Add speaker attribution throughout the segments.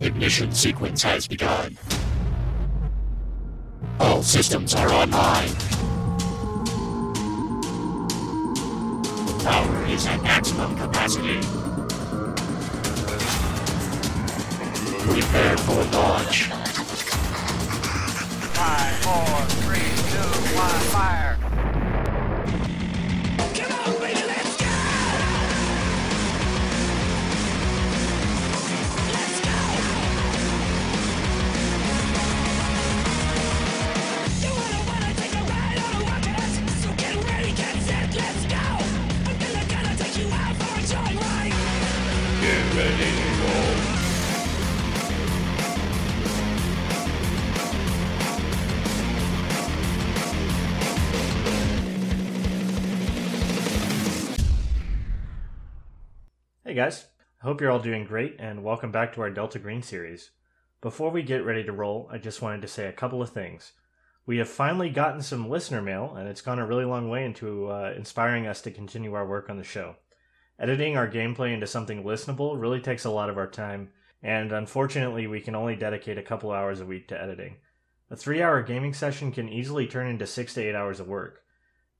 Speaker 1: Ignition sequence has begun. All systems are online. Power is at maximum capacity. Prepare for launch.
Speaker 2: Five, four, three, two, one, fire.
Speaker 3: You wanna wanna take a ride on a rocket So get ready, get set, let's go I'm gonna gonna take you out for a joyride
Speaker 4: Hey guys, I hope you're all doing great and welcome back to our Delta Green series. Before we get ready to roll, I just wanted to say a couple of things. We have finally gotten some listener mail, and it's gone a really long way into uh, inspiring us to continue our work on the show. Editing our gameplay into something listenable really takes a lot of our time, and unfortunately, we can only dedicate a couple hours a week to editing. A three hour gaming session can easily turn into six to eight hours of work.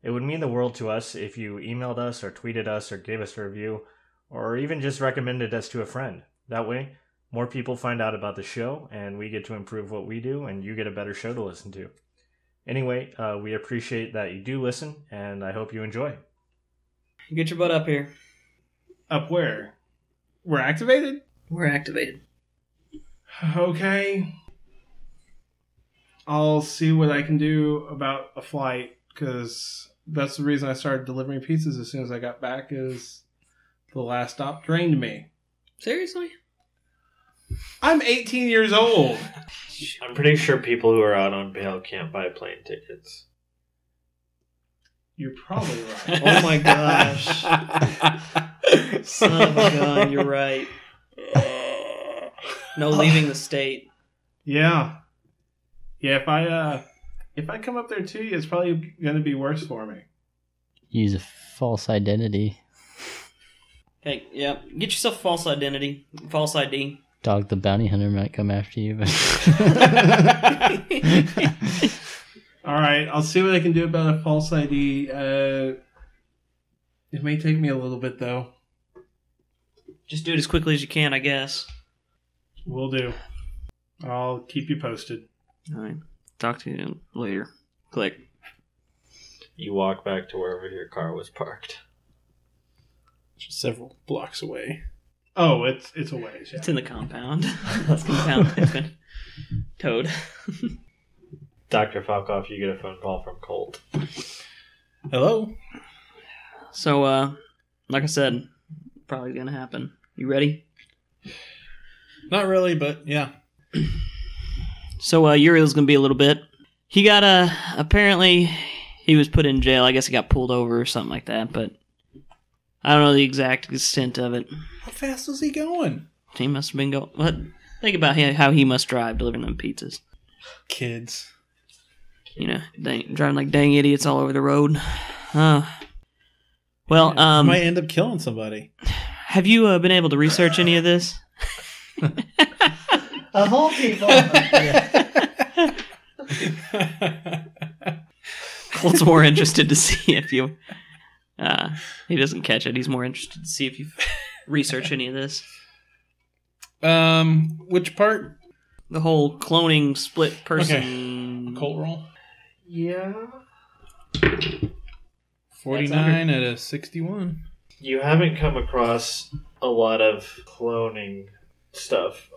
Speaker 4: It would mean the world to us if you emailed us, or tweeted us, or gave us a review, or even just recommended us to a friend. That way, more people find out about the show, and we get to improve what we do, and you get a better show to listen to. Anyway, uh, we appreciate that you do listen, and I hope you enjoy.
Speaker 5: Get your butt up here.
Speaker 6: Up where? We're activated?
Speaker 5: We're activated.
Speaker 6: Okay. I'll see what I can do about a flight because that's the reason I started delivering pizzas as soon as I got back is the last stop drained me.
Speaker 5: Seriously?
Speaker 6: I'm 18 years old.
Speaker 7: I'm pretty sure people who are out on bail can't buy plane tickets.
Speaker 6: You're probably right.
Speaker 5: Oh my gosh. Son of a gun, you're right. No leaving the state.
Speaker 6: Yeah. Yeah, if I uh if I come up there to you, it's probably going to be worse for me.
Speaker 8: use a false identity,
Speaker 5: Hey, yeah, get yourself a false identity, false ID.
Speaker 8: dog the bounty hunter might come after you. But
Speaker 6: All right, I'll see what I can do about a false ID. Uh it may take me a little bit though.
Speaker 5: Just do it as quickly as you can, I guess.
Speaker 6: Will do. I'll keep you posted.
Speaker 5: All right. Talk to you later. Click.
Speaker 7: You walk back to wherever your car was parked.
Speaker 6: Several blocks away. Oh, it's it's a ways. Yeah.
Speaker 5: It's in the compound. That's compound. It's been towed.
Speaker 7: Dr. Falkoff, you get a phone call from Colt.
Speaker 6: Hello.
Speaker 5: So, uh, like I said, probably gonna happen. You ready?
Speaker 9: Not really, but yeah.
Speaker 5: So uh, Uriel's gonna be a little bit. He got uh, apparently he was put in jail. I guess he got pulled over or something like that. But I don't know the exact extent of it.
Speaker 9: How fast was he going?
Speaker 5: He must have been going. What? Think about he- how he must drive delivering them pizzas.
Speaker 9: Kids.
Speaker 5: You know, dang, driving like dang idiots all over the road. Uh, well, um,
Speaker 9: Might end up killing somebody.
Speaker 5: have you uh, been able to research any of this?
Speaker 8: of all people,
Speaker 5: Colt's more interested to see if you. Uh, he doesn't catch it. He's more interested to see if you research any of this.
Speaker 9: Um, which part?
Speaker 5: The whole cloning split person.
Speaker 9: Colt roll.
Speaker 7: Yeah.
Speaker 9: Forty nine out of sixty one.
Speaker 7: You haven't come across a lot of cloning stuff.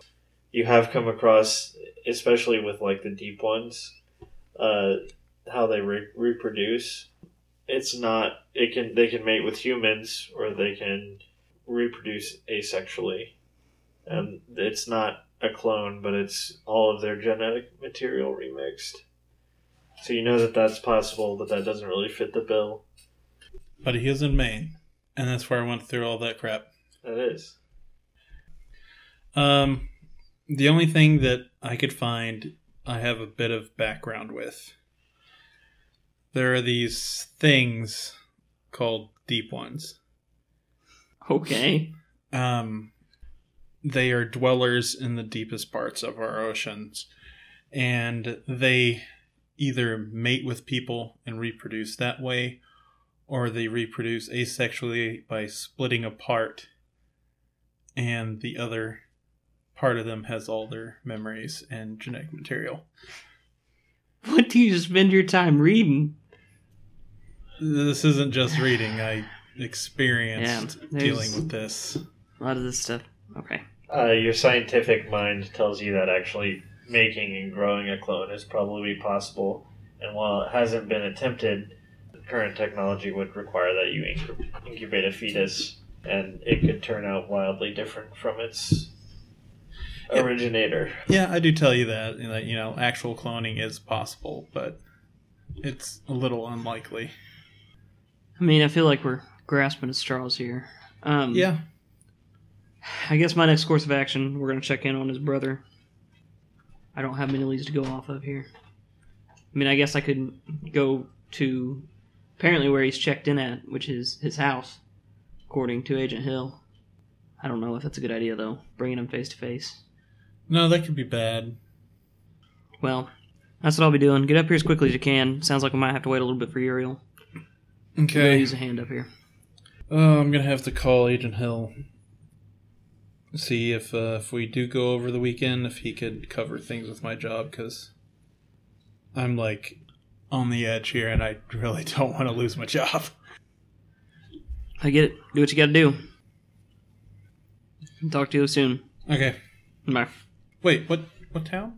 Speaker 7: You have come across, especially with like the deep ones, uh, how they re- reproduce. It's not. It can. They can mate with humans, or they can reproduce asexually, and it's not a clone, but it's all of their genetic material remixed. So you know that that's possible, but that doesn't really fit the bill.
Speaker 9: But he is in Maine, and that's where I went through all that crap.
Speaker 7: That is.
Speaker 9: Um, the only thing that I could find, I have a bit of background with. There are these things called deep ones.
Speaker 5: Okay.
Speaker 9: Um,
Speaker 6: they are dwellers in the deepest parts of our oceans, and they either mate with people and reproduce that way, or they reproduce asexually by splitting apart, and the other part of them has all their memories and genetic material.
Speaker 5: What do you spend your time reading?
Speaker 6: This isn't just reading. I experienced
Speaker 5: Yeah, there's-
Speaker 6: dealing with this.
Speaker 5: A lot of this stuff. Okay.
Speaker 4: Uh, your scientific mind tells you that actually making and growing a clone is probably possible, and while it hasn't been attempted, current technology would require that you incub- incubate a fetus, and it could turn out wildly different from its
Speaker 6: Yeah.
Speaker 4: originator.
Speaker 6: Yeah, I do tell you that. you know, That you know, actual cloning is possible, but it's a little unlikely.
Speaker 5: I mean, I feel like we're grasping at straws here. Um,
Speaker 6: Yeah,
Speaker 5: I guess my next course of action, we're going to check in on his brother. I don't have many leads to go off of here. I mean, I guess I could go to apparently where he's checked in at, which is his house, according to Agent Hill. I don't know if that's a good idea, though, bringing him face to face.
Speaker 6: no, that could be bad.
Speaker 5: Well, that's what I'll be doing. Get up here as quickly as you can. Sounds like we might have to wait a little bit for Uriel.
Speaker 6: Okay,
Speaker 5: Use a hand up here.
Speaker 6: uh, I'm gonna have to call Agent Hill. See if uh, if we do go over the weekend, if he could cover things with my job, because I'm like on the edge here, and I really don't want to lose my job.
Speaker 5: I get it. Do what you got to do. Talk to you soon.
Speaker 6: Okay,
Speaker 5: Bye.
Speaker 6: wait, what what town?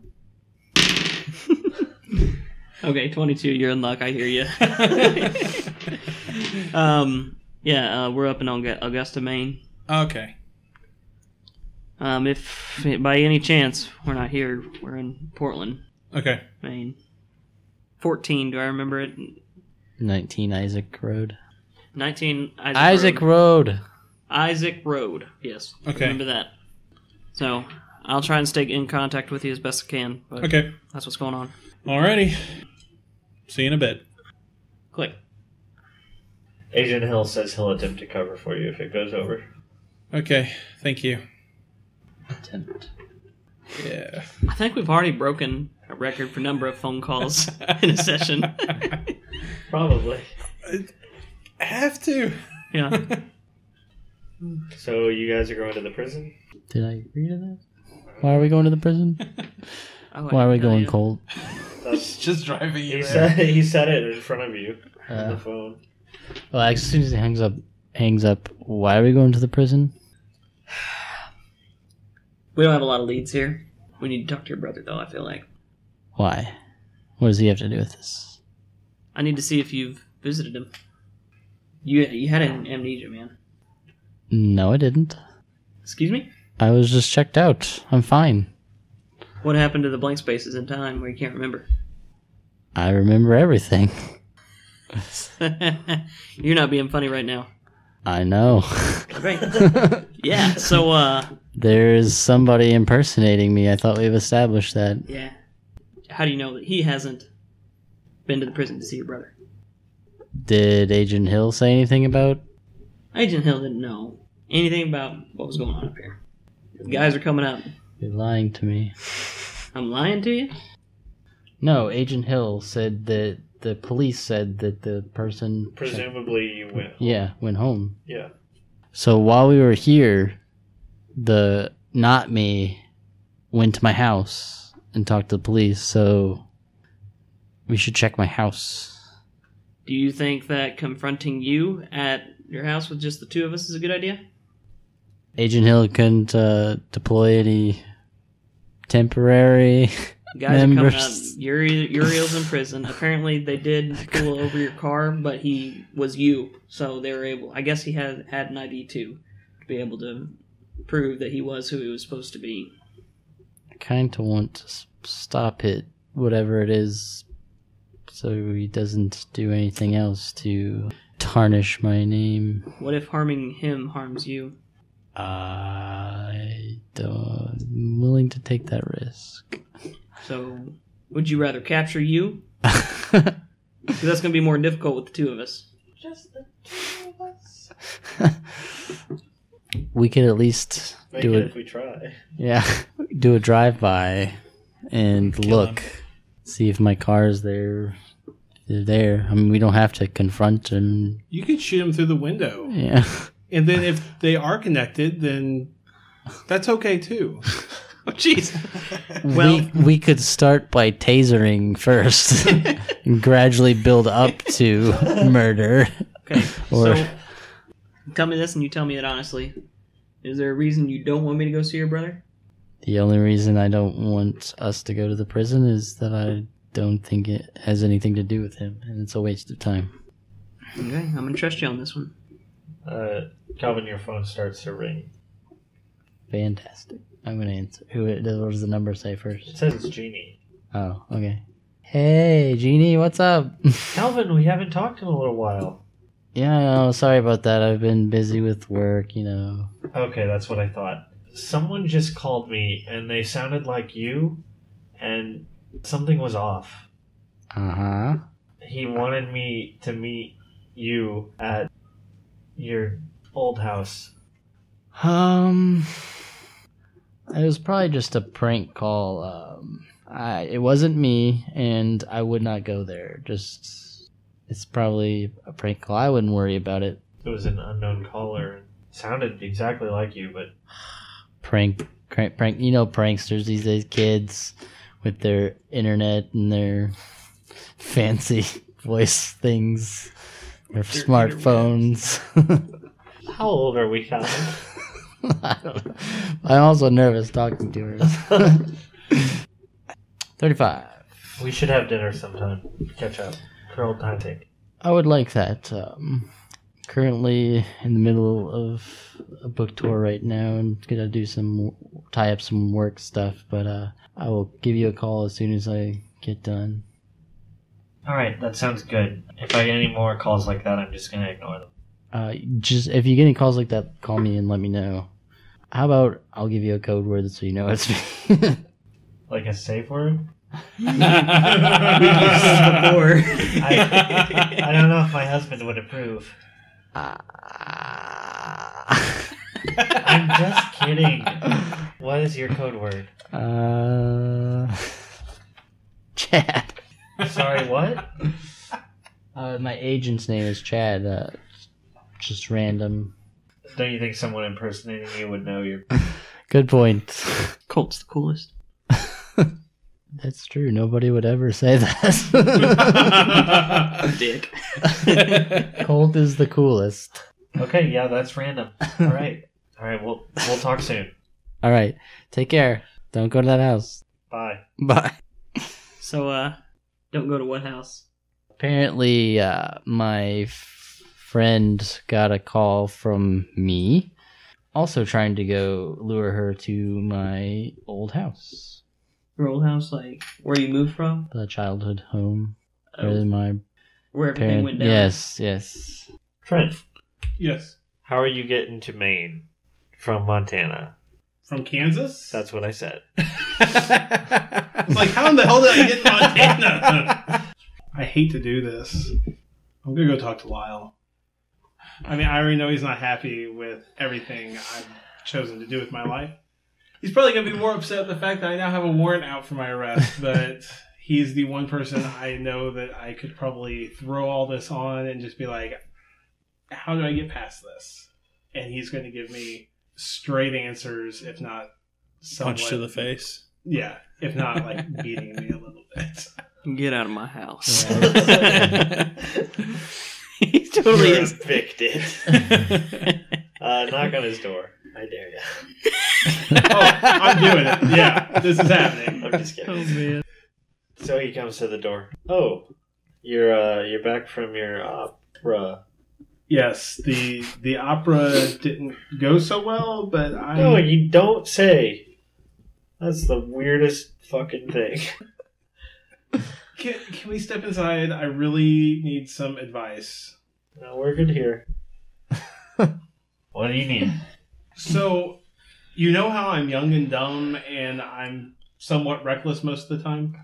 Speaker 5: Okay, 22, you're in luck. I hear you. um, yeah, uh, we're up in Augu- Augusta, Maine.
Speaker 6: Okay,
Speaker 5: Um, if by any chance we're not here, we're in Portland,
Speaker 6: okay.
Speaker 5: Maine. 14, do I remember it?
Speaker 8: 19 Isaac Road.
Speaker 5: 19, Isaac,
Speaker 8: Isaac
Speaker 5: Road.
Speaker 8: Road.
Speaker 5: Isaac Road, yes.
Speaker 6: Okay.
Speaker 5: Remember that. So, I'll try and stay in contact with you as best I can, but
Speaker 6: Okay.
Speaker 5: that's what's going on.
Speaker 6: Alrighty. See you in a bit.
Speaker 5: Click.
Speaker 4: Agent Hill says he'll attempt to cover for you if it goes over.
Speaker 6: Okay. Thank you.
Speaker 8: Attempt.
Speaker 6: Yeah.
Speaker 5: I think we've already broken a record for number of phone calls in a session.
Speaker 4: Probably.
Speaker 6: Have to.
Speaker 5: yeah.
Speaker 4: So you guys are going to the prison?
Speaker 8: Did I agree to that? Why are we going to the prison?
Speaker 5: I like
Speaker 8: Why are we
Speaker 5: that
Speaker 8: going
Speaker 5: idea.
Speaker 8: cold?
Speaker 4: That's,
Speaker 6: Just driving
Speaker 4: he
Speaker 6: you
Speaker 4: said he said it in front of you on
Speaker 8: Uh,
Speaker 4: the phone.
Speaker 8: well, as soon as he hangs up, hangs up. Why are we going to the prison?
Speaker 5: We don't have a lot of leads here. We need to talk to your brother, though, I feel like.
Speaker 8: Why? What does he have to do with this?
Speaker 5: I need to see if you've visited him. You you had an amnesia, man.
Speaker 8: No, I didn't.
Speaker 5: Excuse me?
Speaker 8: I was just checked out. I'm fine.
Speaker 5: What happened to the blank spaces in time where you can't remember?
Speaker 8: I remember everything.
Speaker 5: You're not being funny right now.
Speaker 8: I know.
Speaker 5: Great. yeah, so, uh,
Speaker 8: There's somebody impersonating me. I thought we've established that.
Speaker 5: yeah. How do you know that he hasn't been to the prison to see your brother?
Speaker 8: Did Agent Hill say anything about?
Speaker 5: Agent Hill didn't know anything about what was going on up here. The guys are coming up.
Speaker 8: You're lying to me.
Speaker 5: I'm lying to you?
Speaker 8: No, Agent Hill said that the police said that the person.
Speaker 4: Presumably you went.
Speaker 8: Yeah, went home.
Speaker 4: Yeah.
Speaker 8: So while we were here, the not me went to my house and talked to the police. So we should check my house.
Speaker 5: Do you think that confronting you at your house with just the two of us is a good idea?
Speaker 8: Agent Hill couldn't uh, deploy any temporary.
Speaker 5: Guys are coming up.
Speaker 8: Members.
Speaker 5: Uri- Uriel's in prison. Apparently, they did pull over your car, but he was you, so they were able. I guess he had had an ID too, to be able to prove that he was who he was supposed to be.
Speaker 8: I kind of want to s- stop it, whatever it is, so he doesn't do anything else to tarnish my name.
Speaker 5: What if harming him harms you?
Speaker 8: I don't, I'm willing to take that risk.
Speaker 5: So, would you rather capture you? 'Cause that's going to be more difficult with the two of us.
Speaker 8: I we could at least
Speaker 4: Make
Speaker 8: do
Speaker 4: it,
Speaker 8: it.
Speaker 4: if we try.
Speaker 8: Yeah, do a drive by and look, see if my car is there. They're there. I mean, we don't have to confront them.
Speaker 10: You could shoot them through the window,
Speaker 8: Yeah,
Speaker 10: and then if they are connected, then that's okay too. Oh, jeez.
Speaker 8: we we could start by tasering first, and gradually build up to murder.
Speaker 5: Okay.
Speaker 8: Or-
Speaker 5: so, tell me this, and you tell me it honestly. Is there a reason you don't want me to go see your brother?
Speaker 8: The only reason I don't want us to go to the prison is that I don't think it has anything to do with him, and it's a waste of time.
Speaker 5: Okay, I'm gonna trust you on this one.
Speaker 4: Uh, Calvin, your phone starts to ring.
Speaker 8: Fantastic. I'm gonna answer. Who? What does the number say
Speaker 4: It
Speaker 8: first?
Speaker 4: says it's Genie.
Speaker 8: Oh, okay. Hey, Genie, what's up?
Speaker 4: Calvin, we haven't talked in a little while.
Speaker 8: yeah, no, sorry about that. I've been busy with work, you know.
Speaker 4: Okay, that's what I thought. Someone just called me and they sounded like you, and something was off.
Speaker 8: Uh huh.
Speaker 4: He wanted me to meet you at your old house.
Speaker 8: Um, it was probably just a prank call. Um, I it wasn't me, and I would not go there. Just it's probably a prank call. I wouldn't worry about it.
Speaker 4: It was an unknown caller. and Sounded exactly like you, but
Speaker 8: Prank, prank, prank. You know, pranksters these days, kids with their internet and their fancy voice things, their smartphones.
Speaker 4: how old are we, Calvin?
Speaker 8: I don't know. I'm also nervous talking to her. Thirty-five.
Speaker 4: we should have dinner sometime. Catch up. Curl time thing.
Speaker 8: I would like that. Um, currently in the middle of a book tour right now and gonna do some tie up some work stuff, but uh, I will give you a call as soon as I get done.
Speaker 4: All right, that sounds good. If I get any more calls like that, I'm just gonna ignore them.
Speaker 8: Uh, just if you get any calls like that, call me and let me know. How about I'll give you a code word so you know it's me.
Speaker 4: Like a safe word?
Speaker 5: Or
Speaker 4: I, I don't know if my husband would approve. I'm just kidding. What is your code word?
Speaker 8: uh, Chad.
Speaker 4: Sorry, what?
Speaker 8: Uh, my agent's name is Chad. Uh, just random.
Speaker 4: Don't you think someone impersonating you would know your?
Speaker 8: Good point.
Speaker 5: Colt's the coolest.
Speaker 8: That's true. Nobody would ever say that.
Speaker 5: Dick.
Speaker 8: Cold is the coolest.
Speaker 4: Okay, yeah, that's random. All right, all right, we'll we'll talk soon.
Speaker 8: All right. Take care. Don't go to that house.
Speaker 4: Bye.
Speaker 8: Bye.
Speaker 5: So, uh, don't go to what house?
Speaker 8: Apparently, uh, my f- friend got a call from me, also trying to go lure her to my old house,
Speaker 5: Your old house, like where you moved from,
Speaker 8: the childhood home.
Speaker 5: Oh,
Speaker 8: Where my
Speaker 5: where everything
Speaker 8: parents.
Speaker 5: went down.
Speaker 8: Uh, Yes, yes.
Speaker 4: Trent,
Speaker 10: Yes.
Speaker 4: how are you getting to Maine from Montana?
Speaker 10: From Kansas?
Speaker 4: That's what I said.
Speaker 10: It's like, how in the hell did I get Montana? I hate to do this. I'm gonna go talk to Lyle. I mean, I already know he's not happy with everything I've chosen to do with my life. He's probably gonna be more upset at the fact that I now have a warrant out for my arrest, but he's the one person I know that I could probably throw all this on and just be like, how do I get past this? And he's gonna give me straight answers, if not
Speaker 6: Punch to
Speaker 10: somewhat-
Speaker 6: the face.
Speaker 10: yeah, if not like beating me a little bit.
Speaker 5: Get out of my house. he totally
Speaker 4: You're
Speaker 5: is.
Speaker 4: evicted. Uh, knock on his door. I dare you.
Speaker 10: Oh, I'm doing it. Yeah, this is happening.
Speaker 4: I'm just kidding. So he comes to the door. Oh, you're uh, you're back from your opera.
Speaker 10: Yes, the the opera didn't go so well, but I
Speaker 4: No, you don't say. That's the weirdest fucking thing.
Speaker 10: can, can we step inside? I really need some advice.
Speaker 4: No, we're good here. what do you need?
Speaker 10: So, you know how I'm young and dumb, and I'm somewhat reckless most of the time.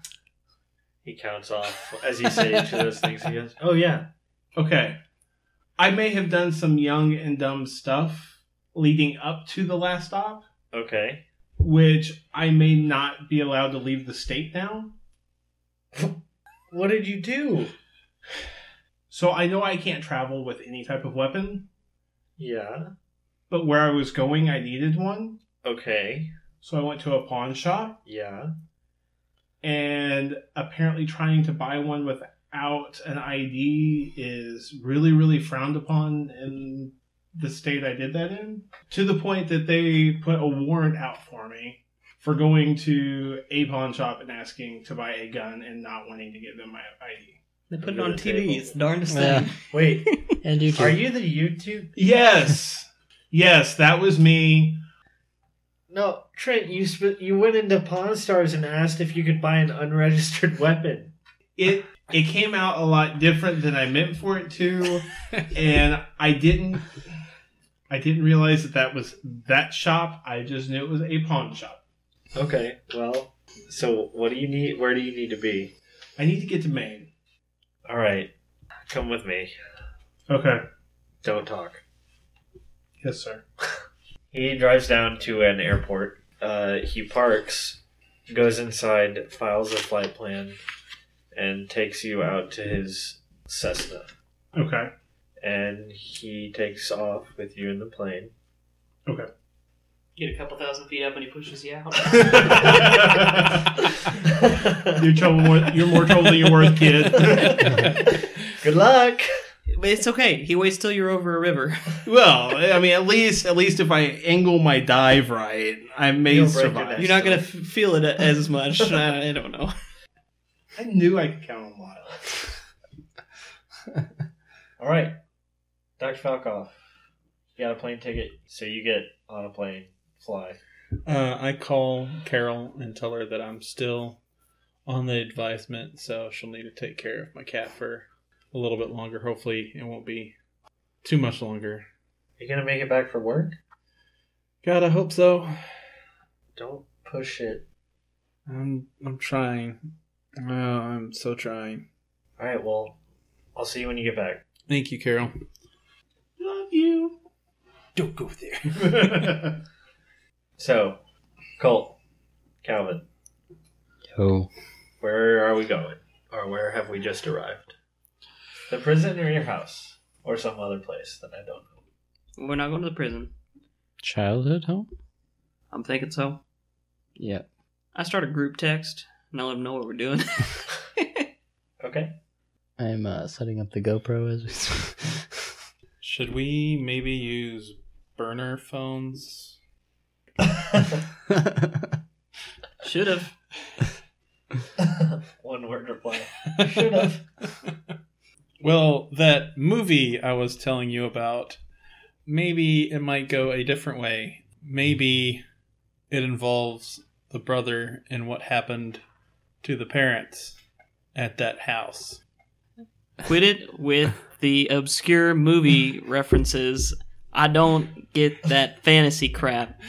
Speaker 4: He counts off as you say each of those things. He goes, "Oh yeah,
Speaker 10: Okay, I may have done some young and dumb stuff, leading up to the last stop,
Speaker 4: Okay.
Speaker 10: which I may not be allowed to leave the state now.
Speaker 4: What did you do?
Speaker 10: So I know I can't travel with any type of weapon,
Speaker 4: Yeah.
Speaker 10: but where I was going, I needed one.
Speaker 4: Okay.
Speaker 10: So I went to a pawn shop
Speaker 4: Yeah.
Speaker 10: and apparently trying to buy one without an ID is really, really frowned upon in the state I did that in. To the point that they put a warrant out for me for going to a pawn shop and asking to buy a gun and not wanting to give them my ID.
Speaker 11: They put it
Speaker 4: Under
Speaker 11: on
Speaker 4: the
Speaker 11: TV.
Speaker 4: table.
Speaker 11: It's the darndest
Speaker 8: Yeah.
Speaker 11: thing.
Speaker 4: Wait,
Speaker 8: And you
Speaker 4: are
Speaker 8: can.
Speaker 4: you the YouTube?
Speaker 10: Yes. yes, that was me.
Speaker 4: No, Trent, you sp- you went into Pawn Stars and asked if you could buy an unregistered weapon.
Speaker 10: It it came out a lot different than I meant for it to and I didn't I didn't realize that that was that shop. I just knew it was a pawn shop.
Speaker 4: Okay, well, so what do you need? Where do you need to be?
Speaker 10: I need to get to Maine.
Speaker 4: All right, come with me.
Speaker 10: Okay.
Speaker 4: Don't talk.
Speaker 10: Yes, sir.
Speaker 4: He drives down to an airport. Uh, he parks, goes inside, files a flight plan, and takes you out to his Cessna.
Speaker 10: Okay.
Speaker 4: And he takes off with you in the plane.
Speaker 5: Get a couple thousand feet up and he pushes you out.
Speaker 10: You're trouble more you're more trouble than you're worth, kid.
Speaker 4: Good luck.
Speaker 11: But it's okay. He waits till you're over a river.
Speaker 10: well, I mean at least at least if I angle my dive right, I may
Speaker 4: You'll break your
Speaker 10: survive.
Speaker 4: neck.
Speaker 11: You're not gonna f- feel it as much. I, I don't know.
Speaker 10: I knew I could count on Lyle.
Speaker 4: All right, Doctor Falcoff, you got a plane ticket, so you get on a plane, fly.
Speaker 6: Uh, I call Carol and tell her that I'm still on the advisement, so she'll need to take care of my cat for a little bit longer. Hopefully, it won't be too much longer.
Speaker 4: You gonna make it back for work?
Speaker 6: God, I hope so.
Speaker 4: Don't push it.
Speaker 6: I'm I'm trying. Oh, I'm so trying.
Speaker 4: All right, well, I'll see you when you get back.
Speaker 6: Thank you, Carol.
Speaker 10: Love you.
Speaker 11: Don't go there.
Speaker 4: So, Colt, Calvin,
Speaker 8: Oh.
Speaker 4: where are we going, or where have we just arrived? The prison or your house, or some other place that I don't know.
Speaker 5: We're not going to the prison.
Speaker 8: Childhood home?
Speaker 5: I'm thinking so.
Speaker 8: Yeah.
Speaker 5: I start a group text and I let them know what we're doing.
Speaker 4: Okay.
Speaker 8: I'm uh, setting up the GoPro as we speak.
Speaker 6: Should we maybe use burner phones?
Speaker 5: Should have.
Speaker 4: One word reply. Should have.
Speaker 6: Well, that movie I was telling you about, maybe it might go a different way. Maybe it involves the brother and what happened to the parents at that house.
Speaker 5: Quit it with the obscure movie references. I don't get that fantasy crap.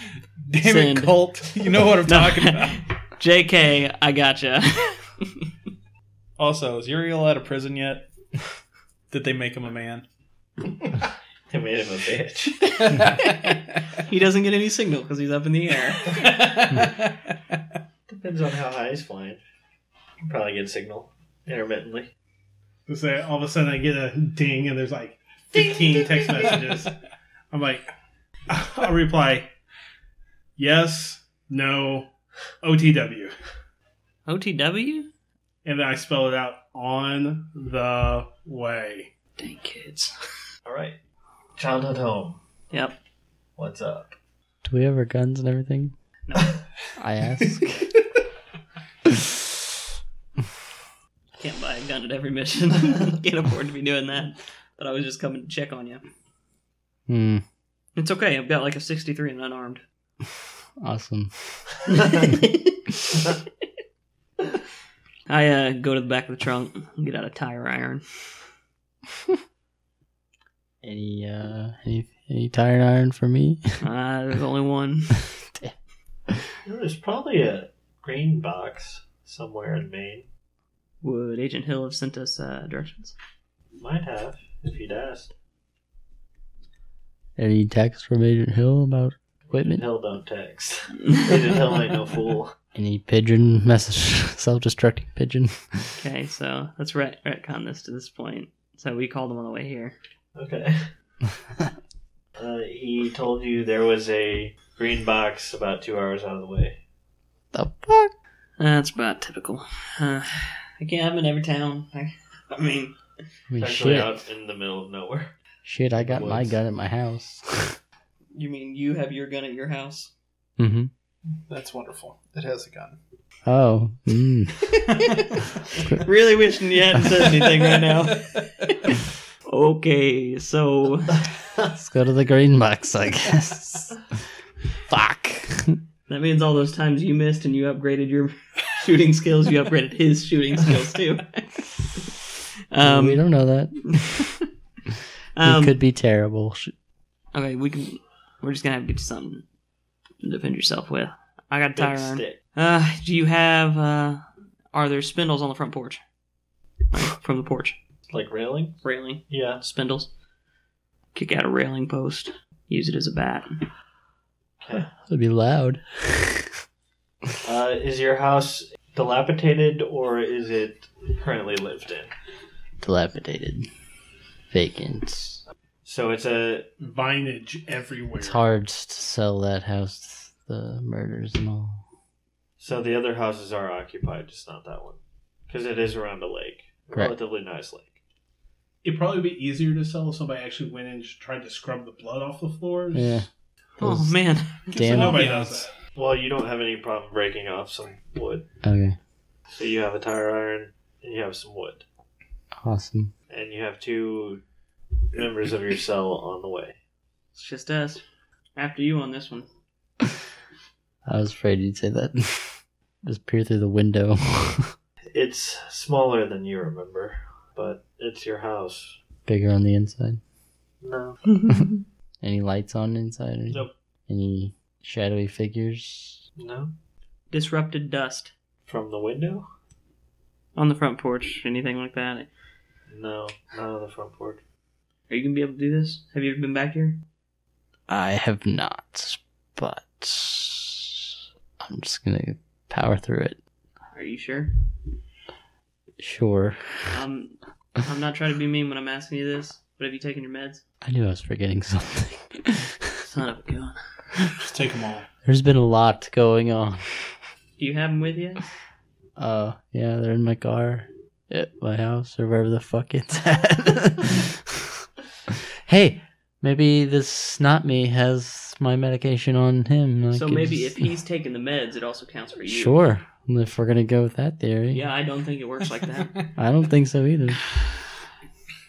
Speaker 6: Damn
Speaker 5: Send.
Speaker 6: it, Colt. You know what I'm talking about.
Speaker 5: JK, I gotcha.
Speaker 6: Also, is Uriel out of prison yet? Did they make him a man?
Speaker 4: They made him a bitch.
Speaker 11: He doesn't get any signal because he's up in the air.
Speaker 4: Depends on how high he's flying. You probably get signal intermittently.
Speaker 10: Just say, all of a sudden I get a ding and there's like 15 text messages. I'm like, I'll reply, yes, no, OTW.
Speaker 5: OTW?
Speaker 10: And then I spell it out on the way.
Speaker 5: Dang kids.
Speaker 4: All right. Childhood home.
Speaker 5: Yep.
Speaker 4: What's up?
Speaker 8: Do we have our guns and everything? No. I ask.
Speaker 5: Can't buy a gun at every mission. Can't afford to be doing that. But I was just coming to check on you.
Speaker 8: hmm.
Speaker 5: It's okay. I've got like a 63 and unarmed.
Speaker 8: Awesome.
Speaker 5: I uh, go to the back of the trunk and get out a tire iron.
Speaker 8: Any uh any any tire iron for me?
Speaker 5: Uh, there's only one.
Speaker 4: You know, There's probably a green box somewhere in Maine.
Speaker 5: Would Agent Hill have sent us uh, directions?
Speaker 4: Might have, if you'd asked.
Speaker 8: Any text from Agent Hill about equipment?
Speaker 4: Hell don't text. Agent Hell ain't no fool.
Speaker 8: Any pigeon message? Self-destructing pigeon.
Speaker 5: Okay, so let's ret- retcon this to this point. So we called him on the way here.
Speaker 4: Okay. uh, he told you there was a green box about two hours out of the way.
Speaker 8: The fuck?
Speaker 5: That's about typical. Uh, again, I'm in every town. I, I mean,
Speaker 8: I mean,
Speaker 4: It's actually
Speaker 8: shit.
Speaker 4: out in the middle of nowhere.
Speaker 8: Shit, I got my
Speaker 4: Woods.
Speaker 8: gun at my house.
Speaker 5: you mean you have your gun at your house?
Speaker 8: mm-hmm.
Speaker 10: That's wonderful. It has a gun.
Speaker 8: Oh. Mm.
Speaker 5: really wishing you hadn't said anything right now. okay, so
Speaker 8: Let's go to the green box, I guess. fuck.
Speaker 5: that means all those times you missed and you upgraded your shooting skills, you upgraded his shooting skills too.
Speaker 8: we
Speaker 5: um,
Speaker 8: don't know that.
Speaker 5: um,
Speaker 8: it could be terrible. Sh-
Speaker 5: okay, we can. We're just gonna have to get you something to defend yourself with. I got a tire
Speaker 4: Big
Speaker 5: iron.
Speaker 4: stick.
Speaker 5: Uh, do you have? Uh, are there spindles on the front porch? Like, From the porch
Speaker 4: Like railing?
Speaker 5: railing
Speaker 4: Yeah.
Speaker 5: spindles. Kick out a railing post. Use it as a bat.
Speaker 8: It'd be loud.
Speaker 4: Uh, is your house dilapidated or is it currently lived in?
Speaker 8: Dilapidated. Vacant.
Speaker 4: So it's a
Speaker 10: Vinage everywhere.
Speaker 8: It's hard s- to sell that house, the murders and all.
Speaker 4: so the other houses are occupied, just not that one, because it is around a lake,
Speaker 8: Correct.
Speaker 4: relatively nice lake.
Speaker 10: It'd probably be easier to sell if somebody actually went in and tried to scrub the blood off the floors.
Speaker 8: Yeah.
Speaker 5: Oh
Speaker 8: Those
Speaker 5: man,
Speaker 8: Damn.
Speaker 10: Nobody
Speaker 6: Yeah,
Speaker 10: does
Speaker 6: it's-
Speaker 10: that.
Speaker 4: Well, you don't have any problem breaking off some wood,
Speaker 8: Okay.
Speaker 4: so you have a tire iron and you have some wood.
Speaker 8: Awesome.
Speaker 4: and you have two members of your cell on the way.
Speaker 5: it's just us. After you on this one.
Speaker 8: I was afraid you'd say that. Just peer through the window.
Speaker 4: It's smaller than you remember, but it's your house.
Speaker 8: Bigger on the inside.
Speaker 4: No.
Speaker 8: Any lights on inside? Or
Speaker 4: Nope.
Speaker 8: Any shadowy figures?
Speaker 4: No?
Speaker 5: Disrupted dust
Speaker 4: From the window?
Speaker 5: on the front porch. Anything like that?
Speaker 4: No, not on the front porch.
Speaker 5: Are you gonna be able to do this? Have you ever been back here?
Speaker 8: I have not, but I'm just gonna power through it.
Speaker 5: Are you sure?
Speaker 8: Sure.
Speaker 5: Um, I'm not trying to be mean when I'm asking you this, but have you taken your meds?
Speaker 8: I knew I was forgetting something.
Speaker 5: Son of a gun.
Speaker 6: Just take them all.
Speaker 8: There's been a lot going on.
Speaker 5: Do you have them with you?
Speaker 8: Uh, yeah, they're in my car, at my house, or wherever the fuck it's at. hey, maybe this not me has my medication on him. I
Speaker 5: so
Speaker 8: could
Speaker 5: maybe
Speaker 8: just-
Speaker 5: if he's taking the meds, it also counts for you.
Speaker 8: Sure, if we're gonna go with that theory.
Speaker 5: Yeah, I don't think it works like that.
Speaker 8: I don't think so either.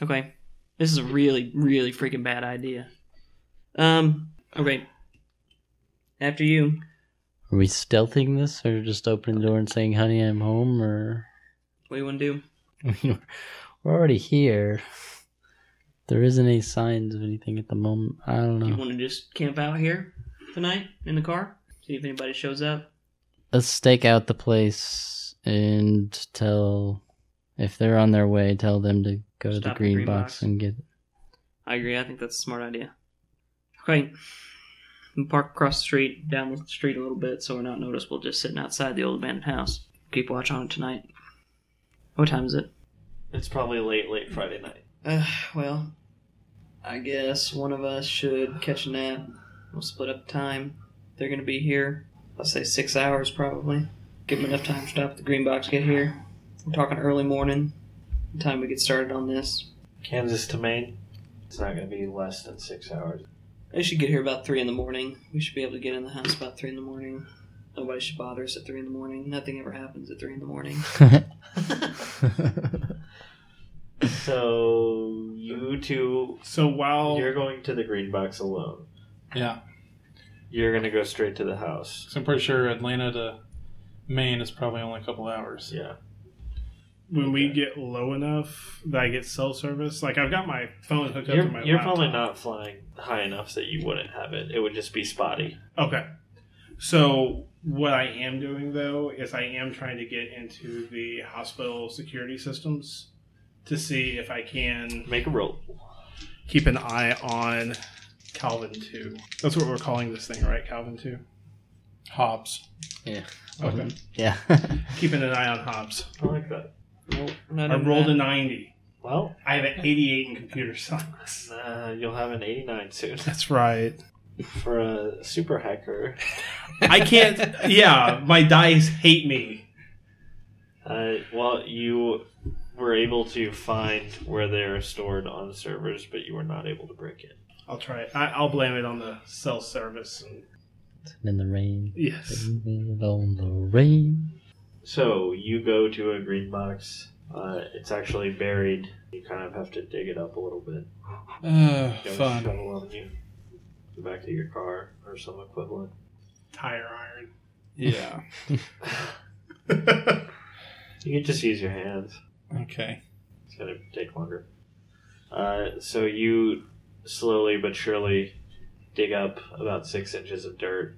Speaker 5: okay. This is a really, really freaking bad idea. Um, okay. After you.
Speaker 8: Are we stealthing this, or just opening the door and saying, "Honey, I'm home"? Or
Speaker 5: What do you want to do?
Speaker 8: I mean, we're already here. There isn't any signs of anything at the moment. I don't
Speaker 5: You
Speaker 8: know.
Speaker 5: want to just camp out here tonight in the car? See if anybody shows up?
Speaker 8: Let's stake out the place and tell if they're on their way. Tell them to go to
Speaker 5: Stop
Speaker 8: the
Speaker 5: the
Speaker 8: green,
Speaker 5: green
Speaker 8: box,
Speaker 5: box.
Speaker 8: and get.
Speaker 5: I agree. I think that's a smart idea. Okay. We park across the street, down the street a little bit, so we're not noticeable. Just sitting outside the old abandoned house. Keep watch on it tonight. What time is it?
Speaker 4: It's probably late, late Friday night.
Speaker 5: Uh, well, I guess one of us should catch a nap. We'll split up time. They're gonna be here. I'll say six hours probably. Give them enough time to stop at the green box get here. I'm talking early morning. The time we get started on this.
Speaker 4: Kansas to Maine? It's not going to be less than six hours.
Speaker 5: They should get here about three in the morning. We should be able to get in the house about three in the morning. Nobody should bother us at three in the morning. Nothing ever happens at three in the morning.
Speaker 4: So, you two,
Speaker 10: So while
Speaker 4: you're going to the green box alone.
Speaker 6: Yeah.
Speaker 4: You're going to go straight to the house.
Speaker 6: 'Cause I'm pretty sure Atlanta to Maine is probably only a couple hours.
Speaker 4: Yeah.
Speaker 10: when we get low enough that I get cell service, like I've got my phone hooked up to my
Speaker 4: You're, you're
Speaker 10: laptop.
Speaker 4: probably not flying high enough that you wouldn't have it. It would just be spotty.
Speaker 10: Okay. So what I am doing though is I am trying to get into the hospital security systems to see if I can
Speaker 4: Make a roll.
Speaker 10: keep an eye on Calvin 2. That's what we're calling this thing, right? Calvin 2?
Speaker 6: Hobbs.
Speaker 8: Yeah.
Speaker 10: Okay.
Speaker 8: Yeah.
Speaker 10: Keeping an eye on Hobbs.
Speaker 4: I like that.
Speaker 10: I
Speaker 4: Mm-hmm.
Speaker 10: rolled a 90.
Speaker 4: Well,
Speaker 10: I have an 88 in computer science.
Speaker 4: uh, you'll have an 89 soon
Speaker 10: That's right.
Speaker 4: for a super hacker.
Speaker 10: I can't. Yeah, my dice hate me.
Speaker 4: Uh, well, you were able to find where they are stored on servers, but you were not able to break in.
Speaker 10: I'll try it. I, I'll blame it on the cell service. And,
Speaker 8: in the rain.
Speaker 10: yes.
Speaker 8: Blame it On the rain.
Speaker 4: So you go to a green box. Uh, it's actually buried. You kind of have to dig it up a little bit.
Speaker 6: Uh,
Speaker 4: You have a
Speaker 6: fun.
Speaker 4: shovel on you. The back of your car or some equivalent.
Speaker 10: Tire iron.
Speaker 6: Yeah.
Speaker 4: You can just use your hands.
Speaker 6: Okay.
Speaker 4: It's gonna take longer. Uh, so you slowly but surely dig up about six inches of dirt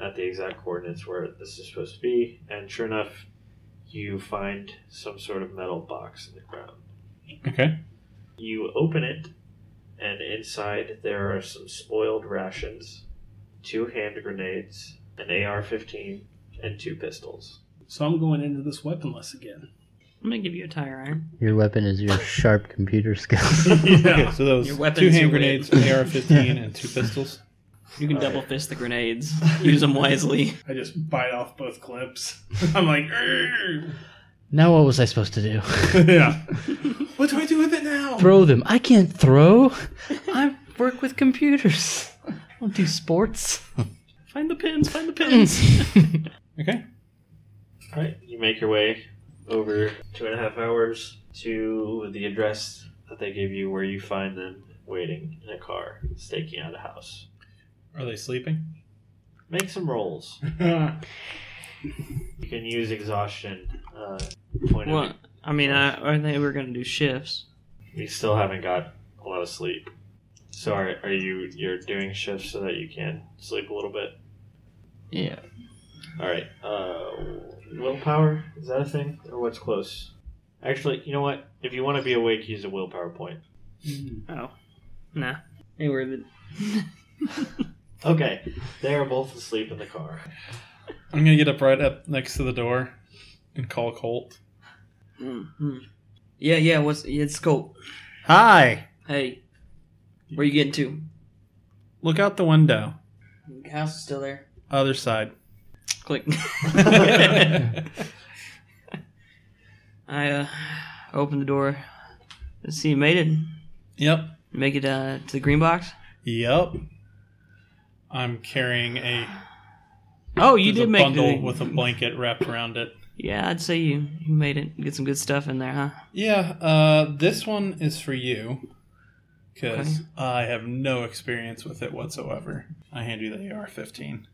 Speaker 4: at the exact coordinates where this is supposed to be, and sure enough, you find some sort of metal box in the ground.
Speaker 6: Okay.
Speaker 4: You open it, and inside there are some spoiled rations, two hand grenades, an AR-15, and two pistols.
Speaker 10: So I'm going into this weaponless again.
Speaker 5: I'm gonna give you a tire iron.
Speaker 8: Your weapon is your sharp computer skills.
Speaker 6: Okay, so those
Speaker 5: Your weapons
Speaker 6: two
Speaker 5: you
Speaker 6: hand
Speaker 5: win.
Speaker 6: grenades, AR-15, and two pistols.
Speaker 5: You can double fist the grenades. Use them wisely.
Speaker 10: I just bite off both clips. I'm like, "Arr."
Speaker 8: now what was I supposed to do?
Speaker 10: yeah. what do I do with it now?
Speaker 8: throw them. I can't throw. I work with computers. I don't do sports.
Speaker 5: Find the pins. Find the pins.
Speaker 6: Okay.
Speaker 4: All right, you make your way over two and a half hours to the address that they give you, where you find them waiting in a car, staking out a house.
Speaker 6: Are they sleeping?
Speaker 4: Make some rolls. You can use exhaustion. Uh, point
Speaker 5: well,
Speaker 4: of,
Speaker 5: I mean, I, I think we're gonna do shifts.
Speaker 4: you still haven't got a lot of sleep. So are, are you you're doing shifts so that you can sleep a little bit?
Speaker 8: Yeah.
Speaker 4: All right. Uh, willpower is that a thing, or what's close? Actually, you know what? If you want to be awake, use a willpower point.
Speaker 5: Oh, nah. Anywhere that
Speaker 4: Okay, they are both asleep in the car.
Speaker 6: I'm gonna get up right up next to the door and call Colt.
Speaker 5: Mm-hmm. Yeah, yeah. What's it's Colt.
Speaker 8: Hi.
Speaker 5: Hey, where you getting to?
Speaker 6: Look out the window.
Speaker 5: House is still there.
Speaker 6: Other side.
Speaker 5: Click. I uh, open the door. and see you made it.
Speaker 6: Yep.
Speaker 5: Make it uh, to the green box.
Speaker 6: Yep. I'm carrying a,
Speaker 5: Oh, you
Speaker 6: there's
Speaker 5: did
Speaker 6: a
Speaker 5: make
Speaker 6: bundle
Speaker 5: the,
Speaker 6: with a blanket wrapped around it.
Speaker 5: Yeah, I'd say you, you made it. Get some good stuff in there, huh?
Speaker 6: Yeah, uh, this one is for you because I have no experience with it whatsoever. I hand you the AR-15.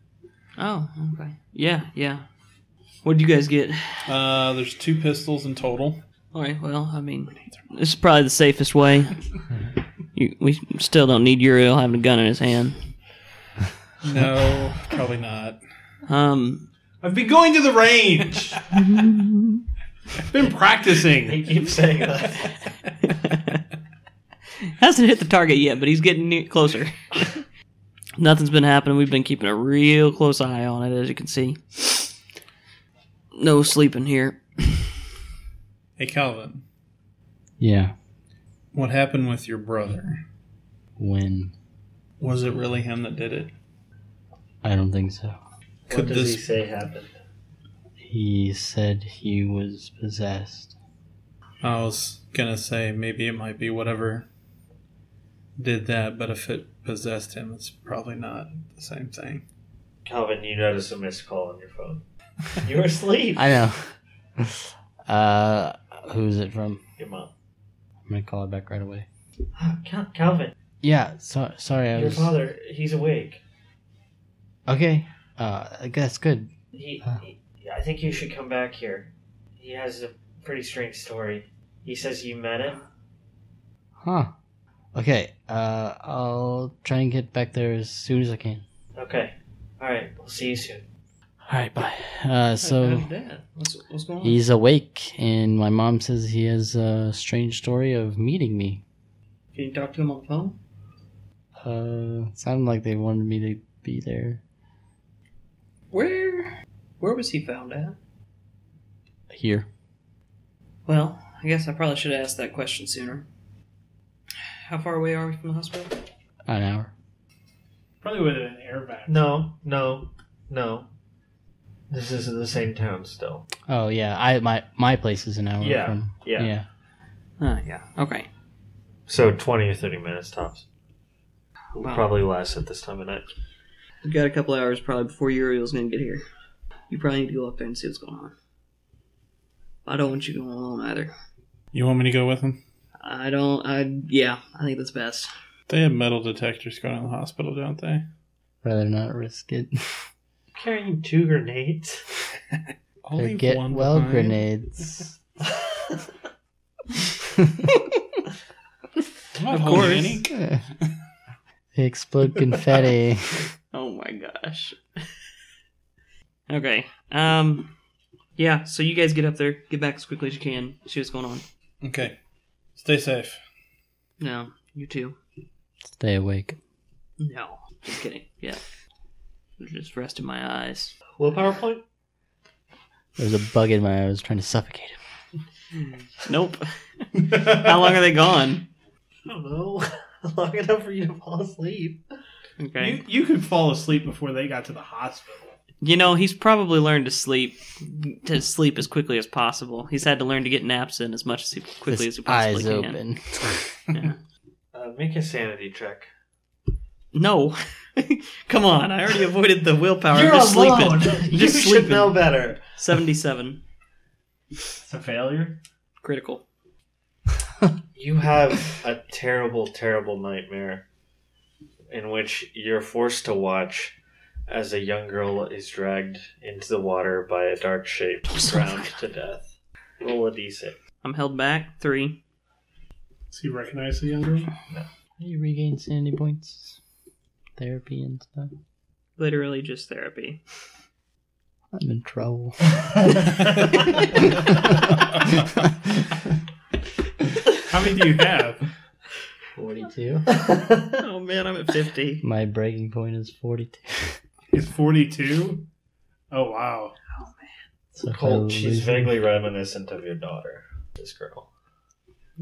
Speaker 5: Oh, okay. Yeah, yeah. What did you guys get?
Speaker 6: Uh, there's two pistols in total.
Speaker 5: All right. Well, I mean, this is probably the safest way. You, we still don't need Uriel having a gun in his hand.
Speaker 6: No, probably not.
Speaker 5: Um,
Speaker 10: I've been going to the range. been practicing.
Speaker 4: keep saying that.
Speaker 5: Hasn't hit the target yet, but he's getting near, closer. Nothing's been happening. We've been keeping a real close eye on it, as you can see. No sleeping here.
Speaker 6: Hey, Calvin,
Speaker 8: Yeah.
Speaker 6: what happened with your brother?
Speaker 8: When?
Speaker 6: Was it really him that did it?
Speaker 8: I don't think so.
Speaker 6: Could
Speaker 4: what does he
Speaker 6: this
Speaker 4: say happened?
Speaker 8: He said he was possessed.
Speaker 6: I was gonna say maybe it might be whatever did that, but if it possessed him, it's probably not the same thing.
Speaker 4: Calvin, you notice a missed call on your phone. You were asleep.
Speaker 8: I know. Uh, who's it from?
Speaker 4: Your mom.
Speaker 8: I'm gonna call it back right away.
Speaker 4: Ah, Cal- Calvin,
Speaker 8: Yeah. So sorry. I
Speaker 4: your
Speaker 8: was.
Speaker 4: father, he's awake.
Speaker 8: Okay. Uh, I guess good.
Speaker 4: He,
Speaker 8: Huh.
Speaker 4: he- I think you should come back here. He has a pretty strange story. He says you met him.
Speaker 8: Huh. Okay. Uh, I'll try and get back there as soon as I can.
Speaker 4: Okay. All right. We'll see you soon.
Speaker 8: All right. Bye. Uh, so.
Speaker 5: What's, what's going
Speaker 8: He's awake, and my mom says he has a strange story of meeting me.
Speaker 5: Can you talk to him on the phone?
Speaker 8: Uh, sounded like they wanted me to be there.
Speaker 5: Where where was he found at?
Speaker 8: Here.
Speaker 5: Well, I guess I probably should have asked that question sooner. How far away are we from the hospital?
Speaker 8: An hour.
Speaker 10: Probably would have been air vac.
Speaker 4: No, no, no. This is in the same town still.
Speaker 8: Oh yeah, I my my place is an hour
Speaker 4: Yeah,
Speaker 8: from.
Speaker 4: yeah.
Speaker 5: Uh, yeah. Okay.
Speaker 4: So 20 or 30 minutes tops. Will
Speaker 5: Wow.
Speaker 4: Probably less at this time of night.
Speaker 5: We've got a couple hours probably before Uriel's gonna get here. You probably need to go up there and see what's going on. I don't want you going alone either.
Speaker 6: You want me to go with them?
Speaker 5: I don't. I yeah. I think that's best.
Speaker 6: They have metal detectors going in the hospital, don't they?
Speaker 8: Rather not risk it.
Speaker 4: Carrying two grenades?
Speaker 6: I'll
Speaker 8: Or
Speaker 6: leave
Speaker 8: get
Speaker 6: one
Speaker 8: well
Speaker 6: behind.
Speaker 8: grenades.
Speaker 6: I'm not holding
Speaker 5: course.
Speaker 6: any.
Speaker 8: they explode confetti.
Speaker 5: Oh my gosh. okay. Um. Yeah. So you guys get up there, get back as quickly as you can, see what's going on.
Speaker 6: Okay. Stay safe.
Speaker 5: No, you too.
Speaker 8: Stay awake.
Speaker 5: No, just kidding. Yeah. Just resting my eyes.
Speaker 4: Will PowerPoint?
Speaker 8: There was a bug in my eye. I was trying to suffocate him.
Speaker 5: Nope. How long are they gone?
Speaker 4: I don't know. Long enough for you to fall asleep.
Speaker 5: Okay.
Speaker 10: You, you could fall asleep before they got to the hospital.
Speaker 5: You know, he's probably learned to sleep to sleep as quickly as possible. He's had to learn to get naps in as much as he, quickly as
Speaker 8: His
Speaker 5: he possibly
Speaker 8: eyes
Speaker 5: can.
Speaker 8: open.
Speaker 5: Yeah.
Speaker 4: Uh, make a sanity check.
Speaker 5: No. Come on, I already avoided the willpower. I'm just sleeping.
Speaker 4: you
Speaker 5: Just
Speaker 4: should
Speaker 5: sleeping.
Speaker 4: know better.
Speaker 5: 77.
Speaker 10: It's a failure.
Speaker 5: Critical.
Speaker 4: You have a terrible, terrible nightmare in which you're forced to watch as a young girl is dragged into the water by a dark shape, drowned to death. Roll a d6.
Speaker 5: I'm held back. Three.
Speaker 10: Does he recognize the young girl?
Speaker 8: You regain sanity points, therapy and stuff.
Speaker 5: Literally just therapy.
Speaker 8: I'm in trouble.
Speaker 10: How many do you have?
Speaker 8: Forty-two.
Speaker 5: Oh man, I'm at 50.
Speaker 8: My breaking point is forty-two.
Speaker 10: It's 42? Oh, wow.
Speaker 8: So if I
Speaker 4: Colt, she's
Speaker 8: lose-
Speaker 4: vaguely reminiscent of your daughter, this girl.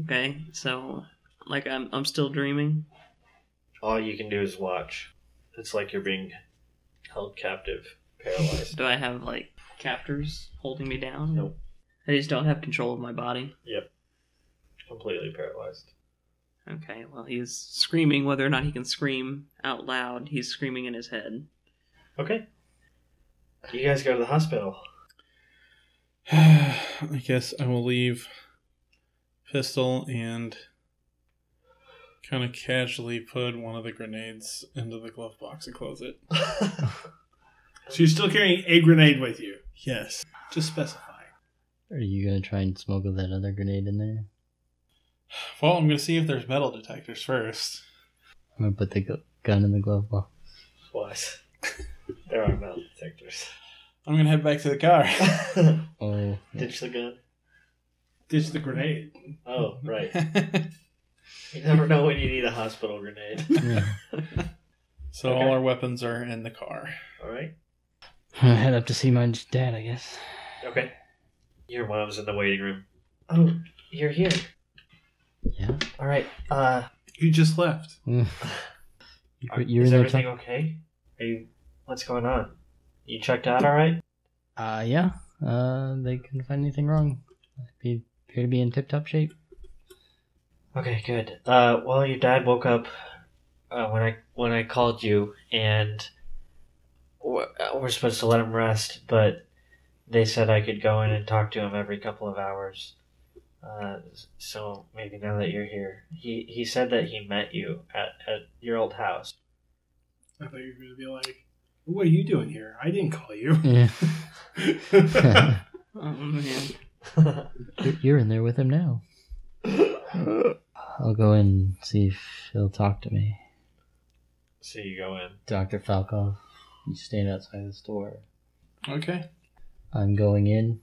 Speaker 5: Okay, so like I'm I'm still dreaming.
Speaker 4: All you can do is watch. It's like you're being held captive, paralyzed.
Speaker 5: Do I have like captors holding me down?
Speaker 4: Nope.
Speaker 5: I just don't have control of my body.
Speaker 4: Yep. Completely paralyzed.
Speaker 5: Okay, well, he's screaming. Whether or not he can scream out loud, he's screaming in his head.
Speaker 4: Okay. You guys go to the hospital.
Speaker 6: I guess I will leave pistol and kind of casually put one of the grenades into the glove box and close it.
Speaker 10: So you're still carrying a grenade with you.
Speaker 6: Yes.
Speaker 10: Just specify.
Speaker 8: Are you gonna try and smuggle that other grenade in there?
Speaker 6: Well, I'm going to see if there's metal detectors first.
Speaker 8: I'm gonna put the gu- gun in the glove box.
Speaker 4: What? there are metal detectors.
Speaker 6: I'm going to head back to the car.
Speaker 8: Oh,
Speaker 4: Ditch the gun.
Speaker 10: Ditch the grenade.
Speaker 4: Oh, right. You never know when you need a hospital grenade.
Speaker 8: yeah.
Speaker 6: so all our weapons are in the car.
Speaker 4: All right.
Speaker 8: I'm gonna head up to see my dad, I guess.
Speaker 4: Okay. Your mom's in the waiting room. Oh, you're here.
Speaker 8: Yeah.
Speaker 4: All right. Uh,
Speaker 10: You just left.
Speaker 8: Mm. You-
Speaker 4: are,
Speaker 8: You're
Speaker 4: is
Speaker 8: in the
Speaker 4: everything okay? Are you? What's going on? You checked out all right?
Speaker 8: Uh, yeah. Uh, they couldn't find anything wrong. They appear to be in tip-top shape.
Speaker 4: Okay, good. Uh, well, your dad woke up uh, when I when I called you, and we're, uh, we're supposed to let him rest, but they said I could go in and talk to him every couple of hours. Uh, s- so maybe now that you're here, he he said that he met you at, at your old house.
Speaker 10: I thought you were going to be like, what are you doing here? I didn't call you.
Speaker 8: Yeah.
Speaker 5: Oh man,
Speaker 8: You're- You're in there with him now. I'll go and see if he'll talk to me.
Speaker 4: So you go in.
Speaker 8: Dr. Falkov, you stand outside this door.
Speaker 6: Okay.
Speaker 8: I'm going in.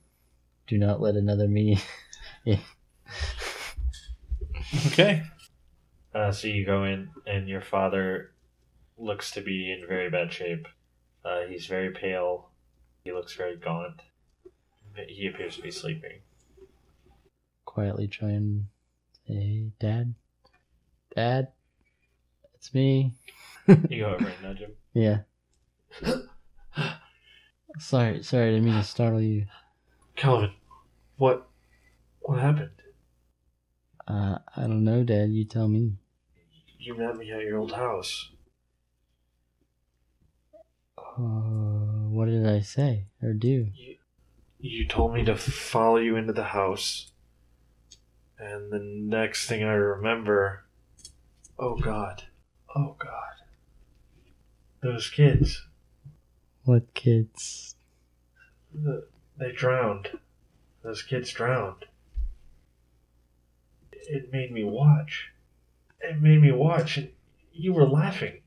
Speaker 8: Do not let another me.
Speaker 6: Okay.
Speaker 4: Uh, so you go in, and your father looks to be in very bad shape. Uh, he's very pale. He looks very gaunt. He appears to be sleeping.
Speaker 8: quietly try and say, Dad? Dad? It's me.
Speaker 4: You go over and nudge him.
Speaker 8: Yeah. sorry, sorry, I didn't mean to startle you.
Speaker 4: Calvin, what, what happened?
Speaker 8: Uh, I don't know, Dad, you tell me.
Speaker 4: You met me at your old house.
Speaker 8: Uh, what did I say or do?
Speaker 4: You told me to follow you into the house. And the next thing I remember, oh God, oh God, those kids,
Speaker 8: What kids?
Speaker 4: th- they drowned. Those kids drowned. It made me watch. It made me watch, and you were laughing.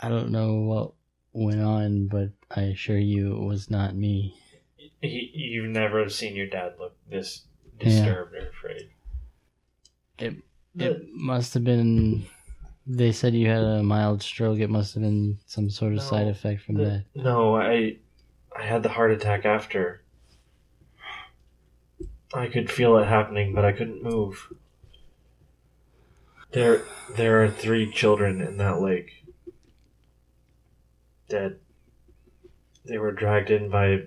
Speaker 8: I don't know what went on, but I assure you it was not me.
Speaker 4: He, you've never seen your dad look this
Speaker 8: Yeah. disturbed
Speaker 4: or afraid.
Speaker 8: It it must have been. They said you had a mild stroke. It must have been some sort of
Speaker 4: No,
Speaker 8: side effect from
Speaker 4: Th-
Speaker 8: that.
Speaker 4: No, I I had the heart attack after. I could feel it happening, but I couldn't move. There there are three children in that lake. Dead. They were dragged in by a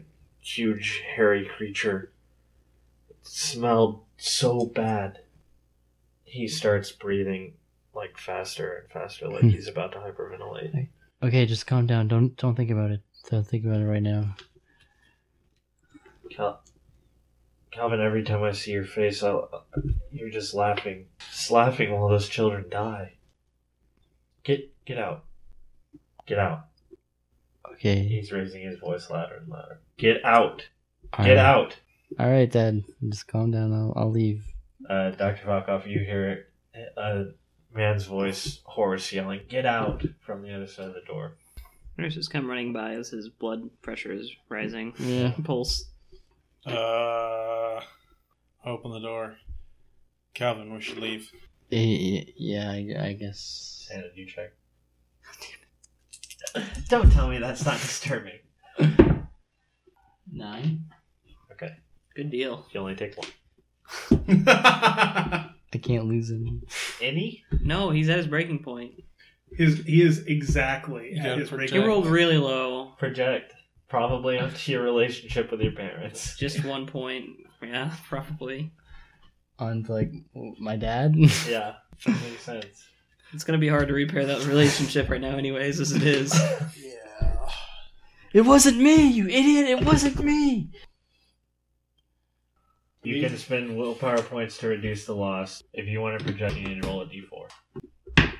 Speaker 4: huge hairy creature. It smelled so bad. He starts breathing like faster and faster, like he's about to hyperventilate.
Speaker 8: Okay, just calm down. Don't don't think about it. Don't think about it right now.
Speaker 4: Cal- Calvin, every time I see your face, I, you're just laughing, just laughing while those children die. Get get out, get out.
Speaker 8: Okay.
Speaker 4: He's raising his voice louder and louder. Get out,
Speaker 8: all
Speaker 4: get
Speaker 8: right.
Speaker 4: out.
Speaker 8: All right, Dad. Just calm down. I'll, I'll leave.
Speaker 4: Uh, Doctor Valkoff, you hear a man's voice, hoarse, yelling, "Get out!" from the other side of the door.
Speaker 11: Nurses come running by as his blood pressure is rising.
Speaker 8: Yeah.
Speaker 11: Pulse.
Speaker 6: Uh, open the door. Calvin, we should leave.
Speaker 8: Eh, Yeah, I, I guess.
Speaker 4: And you check.
Speaker 11: Don't tell me that's not disturbing.
Speaker 8: Nine.
Speaker 4: Okay,
Speaker 11: Good deal.
Speaker 4: you only take one.
Speaker 8: I can't lose him.
Speaker 4: Any?
Speaker 11: No, he's at his breaking point.
Speaker 10: His he is exactly
Speaker 6: You
Speaker 10: at
Speaker 6: gotta
Speaker 10: his
Speaker 6: protect-
Speaker 10: breaking
Speaker 11: He rolled really low.
Speaker 4: Project. Probably onto your relationship with your parents.
Speaker 11: Just one point. Yeah, probably.
Speaker 8: On to, like my dad.
Speaker 4: Yeah, makes sense.
Speaker 11: It's gonna be hard to repair that relationship right now, anyways, as it is.
Speaker 8: it wasn't me, you idiot! It wasn't me.
Speaker 4: You can spend willpower points to reduce the loss. If you want to project, you need to roll a d4.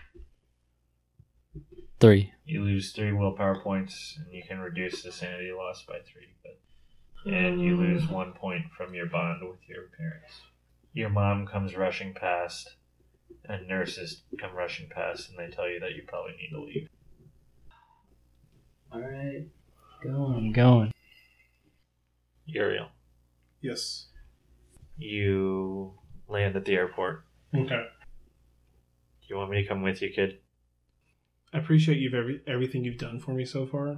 Speaker 8: Three.
Speaker 4: You lose three willpower points, and you can reduce the sanity loss by three. But and you lose
Speaker 8: Mm.
Speaker 4: one point from your bond with your parents. Your mom comes rushing past, and nurses come rushing past, and they tell you that you probably need to leave.
Speaker 8: All right. Going. I'm going.
Speaker 4: Uriel,
Speaker 10: Yes.
Speaker 4: you land at the airport.
Speaker 10: Okay.
Speaker 4: Do you want me to come with you, kid?
Speaker 10: I appreciate you've every, everything you've done for me so far.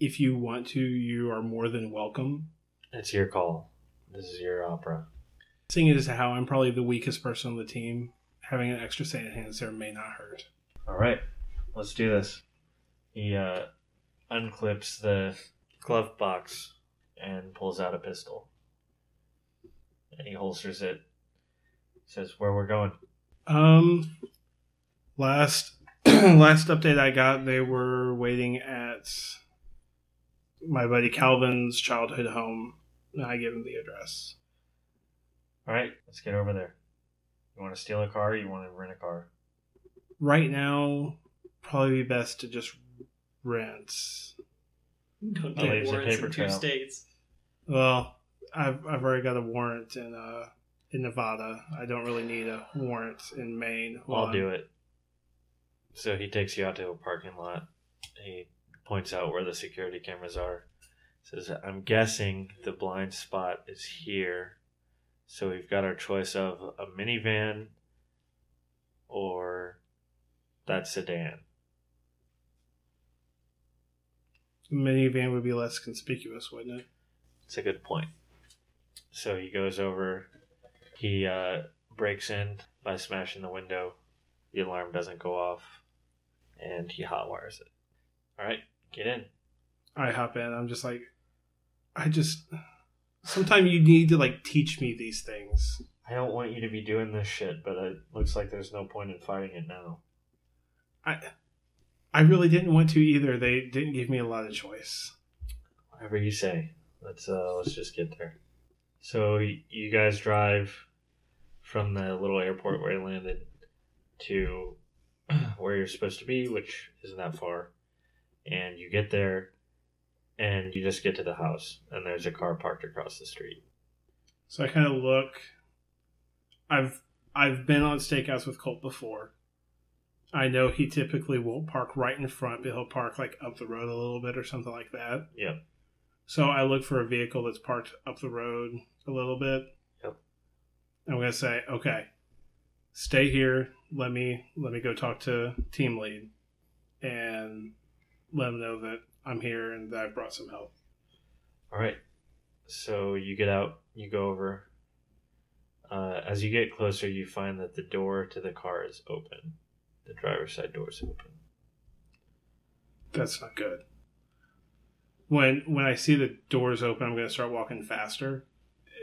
Speaker 10: If you want to, you are more than welcome.
Speaker 4: It's your call. This is your opera.
Speaker 10: Seeing as how I'm probably the weakest person on the team, having an extra set of hands there may not hurt.
Speaker 4: All right, let's do this. He uh, unclips the glove box and pulls out a pistol. And he holsters it. Says, "Where we're going?"
Speaker 10: Um, last last update I got, they were waiting at my buddy Calvin's childhood home. And I give him the address.
Speaker 4: All right, let's get over there. You want to steal a car? Or you want to rent a car?
Speaker 10: Right now, probably be best to just rent.
Speaker 11: Don't
Speaker 4: That
Speaker 11: get
Speaker 4: leaves a
Speaker 11: warrants
Speaker 4: paper
Speaker 11: in two
Speaker 4: trail.
Speaker 11: states.
Speaker 10: Well, I've I've already got a warrant in uh in Nevada. I don't really need a warrant in Maine.
Speaker 4: I'll do it. So he takes you out to a parking lot. He points out where the security cameras are. Says, I'm guessing the blind spot is here. So we've got our choice of a minivan, or that sedan.
Speaker 10: Minivan would be less conspicuous, wouldn't it?
Speaker 4: It's a good point. So he goes over, he uh, breaks in by smashing the window. The alarm doesn't go off, and he hotwires it. All right, get in.
Speaker 10: I hop in. I'm just like, I just. Sometimes you need to like teach me these things.
Speaker 4: I don't want you to be doing this shit, but it looks like there's no point in fighting it now.
Speaker 10: I, I really didn't want to either. They didn't give me a lot of choice.
Speaker 4: Whatever you say. Let's uh, let's just get there. So y- you guys drive from the little airport where you landed to where you're supposed to be, which isn't that far. And you get there, and you just get to the house, and there's a car parked across the street.
Speaker 10: So I kind of look. I've I've been on stakeouts with Colt before. I know he typically won't park right in front, but he'll park like up the road a little bit or something like that.
Speaker 4: Yep.
Speaker 10: So I look for a vehicle that's parked up the road a little bit.
Speaker 4: Yep.
Speaker 10: I'm gonna say, okay, stay here. Let me let me go talk to team lead, and let him know that I'm here and that I brought some help.
Speaker 4: All right. So you get out, you go over. Uh, as you get closer, you find that the door to the car is open. The driver's side door is open.
Speaker 10: That's not good. When when I see the doors open, I'm going to start walking faster,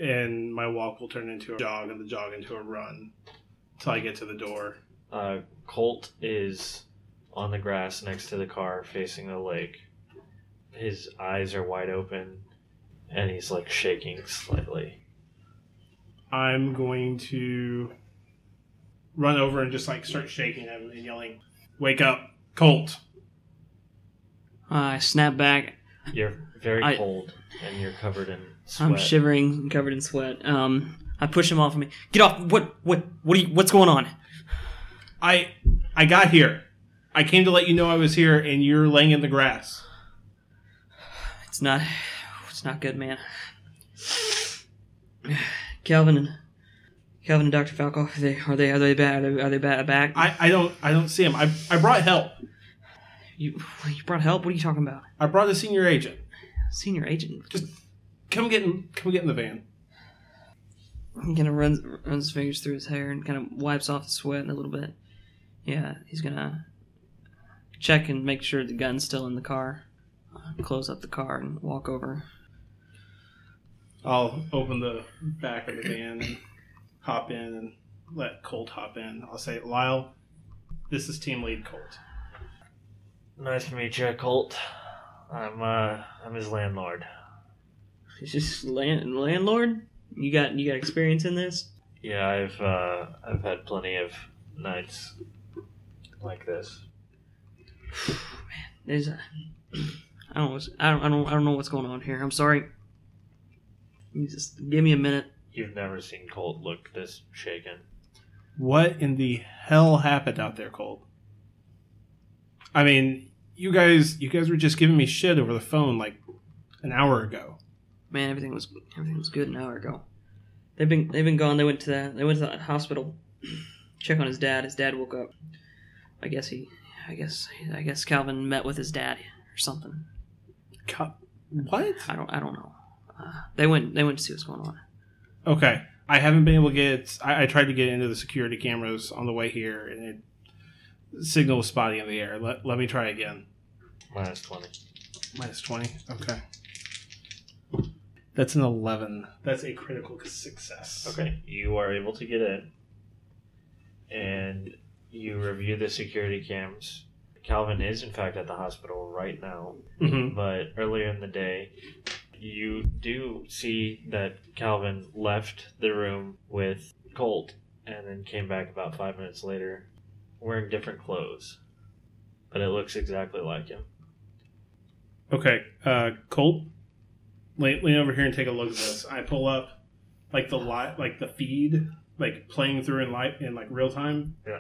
Speaker 10: and my walk will turn into a jog, and the jog into a run, till I get to the door.
Speaker 4: Uh, Colt is on the grass next to the car, facing the lake. His eyes are wide open, and he's like shaking slightly.
Speaker 10: I'm going to run over and just like start shaking him and yelling, "Wake up, Colt!"
Speaker 5: I snap back.
Speaker 4: You're very
Speaker 5: I-
Speaker 4: cold, and you're covered in sweat.
Speaker 5: I'm shivering, and covered in sweat. Um, I push him off of me. Get off! What? What? What? Are you, what's going on?
Speaker 10: I I got here. I came to let you know I was here, and you're laying in the grass.
Speaker 5: It's not. It's not good, man. Calvin and Calvin and Doctor Falco. Are they are they are they bad? Are they, are they bad back?
Speaker 10: I, I don't I don't see him. I I brought help.
Speaker 5: you you brought help. What are you talking about?
Speaker 10: I brought the senior agent.
Speaker 5: Senior agent.
Speaker 10: Come get in, come get in the van.
Speaker 5: He kind of runs runs his fingers through his hair and kind of wipes off the sweat a little bit. Yeah, he's gonna check and make sure the gun's still in the car. Uh, Close up the car and walk over.
Speaker 10: I'll open the back of the van and hop in and let Colt hop in. I'll say, Lyle, this is team lead Colt.
Speaker 4: Nice to meet you, Colt. I'm uh, I'm his landlord.
Speaker 5: Is this land, landlord? You got you got experience in this?
Speaker 4: Yeah, I've uh, I've had plenty of nights like this.
Speaker 5: There's a, I don't what's- I don't I don't I don't know what's going on here. I'm sorry. You just give me a minute.
Speaker 4: You've never seen Colt look this shaken.
Speaker 10: What in the hell happened out there, Colt? I mean, you guys you guys were just giving me shit over the phone like an hour ago.
Speaker 5: Man, everything was everything was good an hour ago. They've been they've been gone. They went to the they went to the hospital. Check on his dad. His dad woke up. I guess he I guess I guess Calvin met with his dad or something.
Speaker 10: Co- What?
Speaker 5: I don't I don't know. Uh, they went they went to see what's going on.
Speaker 10: Okay. I haven't been able to get I, I tried to get into the security cameras on the way here and it signal was spotty in the air. Let, let me try again.
Speaker 4: Minus twenty.
Speaker 10: Minus 20. Okay. That's an 11. That's a critical success.
Speaker 4: Okay, you are able to get in, and you review the security cams. Calvin is, in fact, at the hospital right now,
Speaker 10: hmm
Speaker 4: but earlier in the day, you do see that Calvin left the room with Colt and then came back about five minutes later wearing different clothes, but it looks exactly like him.
Speaker 10: Okay. Uh, Colt, lean, lean over here and take a look at this. I pull up like the li- like the feed, like playing through in light in like real time.
Speaker 4: Yeah.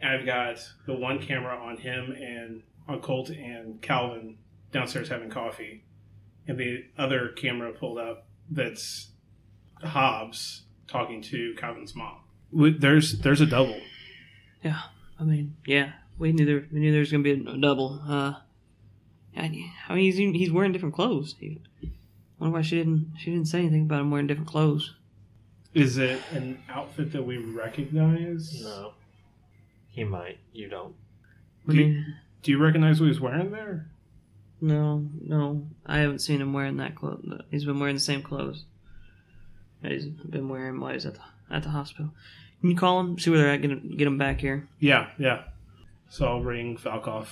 Speaker 10: And I've got the one camera on him and on Colt and Calvin downstairs having coffee, and the other camera pulled up that's Hobbs talking to Calvin's mom. There's there's a double.
Speaker 12: Yeah.
Speaker 5: I mean, yeah, we knew there we knew there was gonna be a double. Uh, I, I mean, he's even- he's wearing different clothes. He, wonder why she didn't she didn't say anything about him wearing different clothes.
Speaker 10: Is it an outfit that we recognize?
Speaker 4: No. He might. You don't.
Speaker 5: I
Speaker 10: Do you-
Speaker 5: mean,
Speaker 10: Do you recognize what he was wearing there?
Speaker 5: no, no, I haven't seen him wearing that clothes. He's been wearing the same clothes that he's been wearing while he's at the at the hospital. Can you call him? See where they're at. Get him, get him back here.
Speaker 10: Yeah, yeah. So I'll ring Falkoff.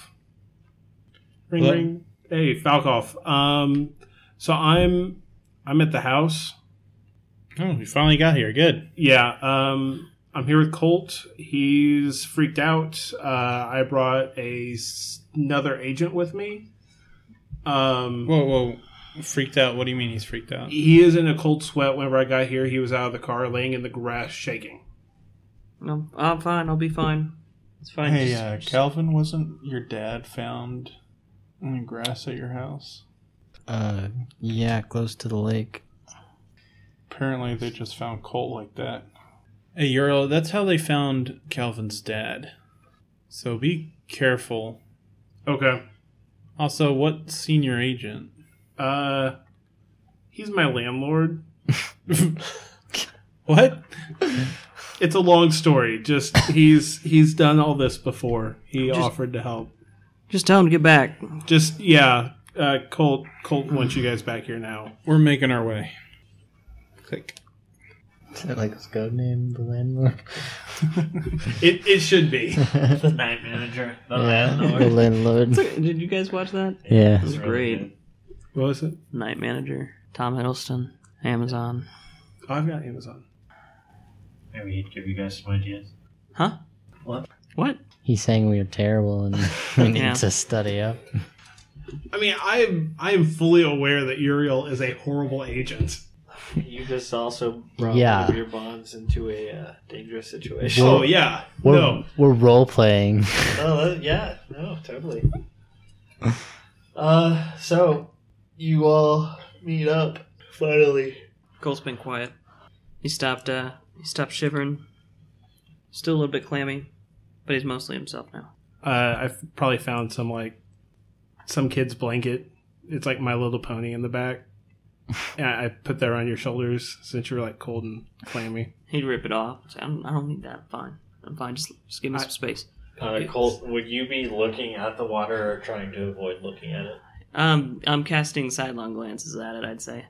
Speaker 10: Ring
Speaker 6: Hello?
Speaker 10: ring. Hey Falkoff. Um, so I'm I'm at the house.
Speaker 6: Oh, we finally got here. Good.
Speaker 10: Yeah, um, I'm here with Colt. He's freaked out. Uh, I brought a s- another agent with me. Um,
Speaker 6: Whoa, whoa. Freaked out. What do you mean he's freaked out?
Speaker 10: he is in a cold sweat. Whenever I got here, he was out of the car, laying in the grass, shaking.
Speaker 5: No, I'm fine. I'll be fine. It's fine.
Speaker 6: Hey,
Speaker 5: Just-
Speaker 6: uh, Calvin, wasn't your dad found in the grass at your house?
Speaker 8: Uh, yeah, close to the lake.
Speaker 6: Apparently, they just found Colt like that. Hey, Euro, that's how they found Calvin's dad. So be careful.
Speaker 10: Okay.
Speaker 6: Also, what senior agent?
Speaker 10: Uh, he's my landlord.
Speaker 6: What?
Speaker 10: It's a long story. Just he's he's done all this before. He offered to help.
Speaker 5: just tell him to get back.
Speaker 10: Just yeah. Uh, Colt Colt wants you guys back here now.
Speaker 6: We're making our way. Click.
Speaker 8: Is that like his code name, the landlord?
Speaker 10: It it should be.
Speaker 4: The night manager. The
Speaker 8: yeah, the landlord.
Speaker 5: Did you guys watch that?
Speaker 8: Yeah.
Speaker 5: It was great.
Speaker 10: What was it?
Speaker 5: Night Manager, Tom Hiddleston, Amazon.
Speaker 10: Oh, I've got Amazon.
Speaker 4: Maybe he'd give you guys some ideas.
Speaker 5: What?
Speaker 8: He's saying we are terrible and we need
Speaker 5: Yeah.
Speaker 8: to study up.
Speaker 10: I mean, I am I am fully aware that Uriel is a horrible agent.
Speaker 4: You just also brought
Speaker 8: Yeah.
Speaker 4: one of your bonds into a uh, dangerous situation.
Speaker 10: Oh yeah,
Speaker 8: We're,
Speaker 10: no,
Speaker 8: we're role playing.
Speaker 4: Oh, that- yeah, no, totally. Uh, so you all meet up finally.
Speaker 5: Cole's been quiet. He stopped. Uh, he stopped shivering. Still a little bit clammy, but he's mostly himself now.
Speaker 10: uh, I've probably found some like some kid's blanket. It's like My Little Pony in the back. And I I put that around your shoulders since you were like cold and clammy.
Speaker 5: He'd rip it off. Say, I don't, I don't need that. I'm fine. I'm fine. Just, just give me some space.
Speaker 4: Uh, Colt, would you be looking at the water or trying to avoid looking at it?
Speaker 5: Um, I'm casting sidelong glances at it. I'd say,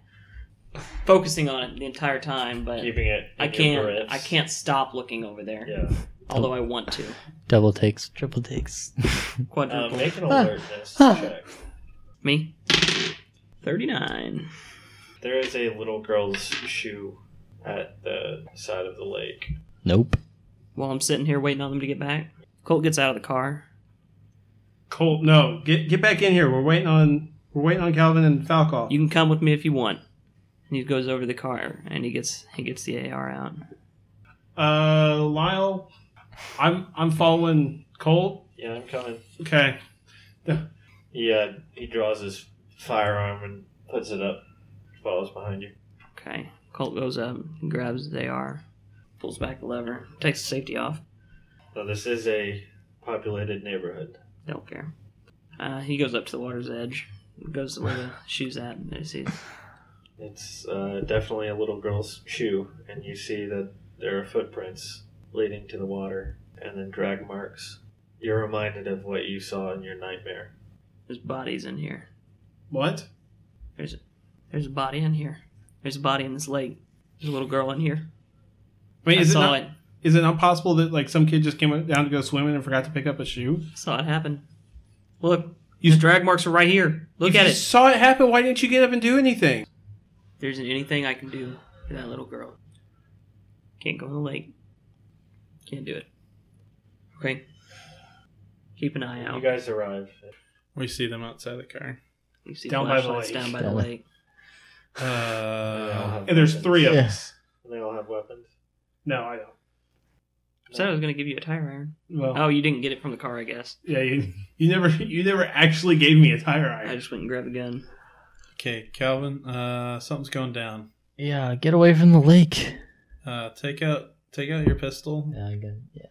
Speaker 5: focusing on it the entire time, but
Speaker 4: Keeping it. in
Speaker 5: I
Speaker 4: your
Speaker 5: can't.
Speaker 4: grips?
Speaker 5: I can't stop looking over there.
Speaker 4: Yeah.
Speaker 5: Although I want to.
Speaker 8: Double takes, triple takes.
Speaker 4: Uh,
Speaker 5: Quadruple.
Speaker 4: make an alertness check.
Speaker 5: me. Thirty-nine.
Speaker 4: There is a little girl's shoe at the side of the lake.
Speaker 8: nope.
Speaker 5: while I'm sitting here waiting on them to get back. Colt gets out of the car.
Speaker 10: Colt, no, get get back in here. We're waiting on we're waiting on Calvin and Falco.
Speaker 5: You can come with me if you want. And he goes over to the car and he gets he gets the AR out.
Speaker 10: Uh, Lyle, I'm I'm following Colt.
Speaker 4: Yeah, I'm coming.
Speaker 10: Okay,
Speaker 4: Yeah, he draws his firearm and puts it up. Follows behind you.
Speaker 5: Okay. Colt goes up, and grabs the AR, pulls back the lever, takes the safety off.
Speaker 4: Now this is a populated neighborhood.
Speaker 5: Don't care. Uh, he goes up to the water's edge, goes to where the shoe's at, and he sees.
Speaker 4: It's uh, definitely a little girl's shoe, and you see that there are footprints leading to the water and then drag marks. You're reminded of what you saw in your nightmare.
Speaker 5: There's bodies in here.
Speaker 10: what?
Speaker 5: There's there's a body in here. There's a body in this lake. There's a little girl in here.
Speaker 10: I mean,
Speaker 5: I
Speaker 10: is it
Speaker 5: saw
Speaker 10: not,
Speaker 5: it.
Speaker 10: Is it not possible that like some kid just came down to go swimming and forgot to pick up a shoe?
Speaker 5: Saw it happen. Look, these drag marks are right here. Look at
Speaker 10: you
Speaker 5: it.
Speaker 10: Saw it happen. Why didn't you get up and do anything?
Speaker 5: There isn't anything I can do for that little girl. Can't go in the lake. Can't do it. Okay. Keep an eye
Speaker 4: You
Speaker 5: out.
Speaker 4: guys arrive.
Speaker 6: We see them outside the car.
Speaker 5: You see
Speaker 10: Down by the
Speaker 5: flashlights
Speaker 10: lake.
Speaker 5: down by the
Speaker 8: Down.
Speaker 5: lake.
Speaker 6: Uh,
Speaker 10: And there's three of us.
Speaker 8: Yes.
Speaker 4: And they all have weapons.
Speaker 10: No, I don't.
Speaker 5: Said I was gonna give you a tire iron.
Speaker 10: Well,
Speaker 5: Oh, you didn't get it from the car, I guess.
Speaker 10: yeah, you, you never you never actually gave me a tire
Speaker 5: I
Speaker 10: iron.
Speaker 5: just went and grabbed a gun.
Speaker 6: okay, Calvin, uh, something's going down.
Speaker 8: Yeah, get away from the lake.
Speaker 6: Uh, take out take out your pistol
Speaker 8: Yeah, I got, yeah.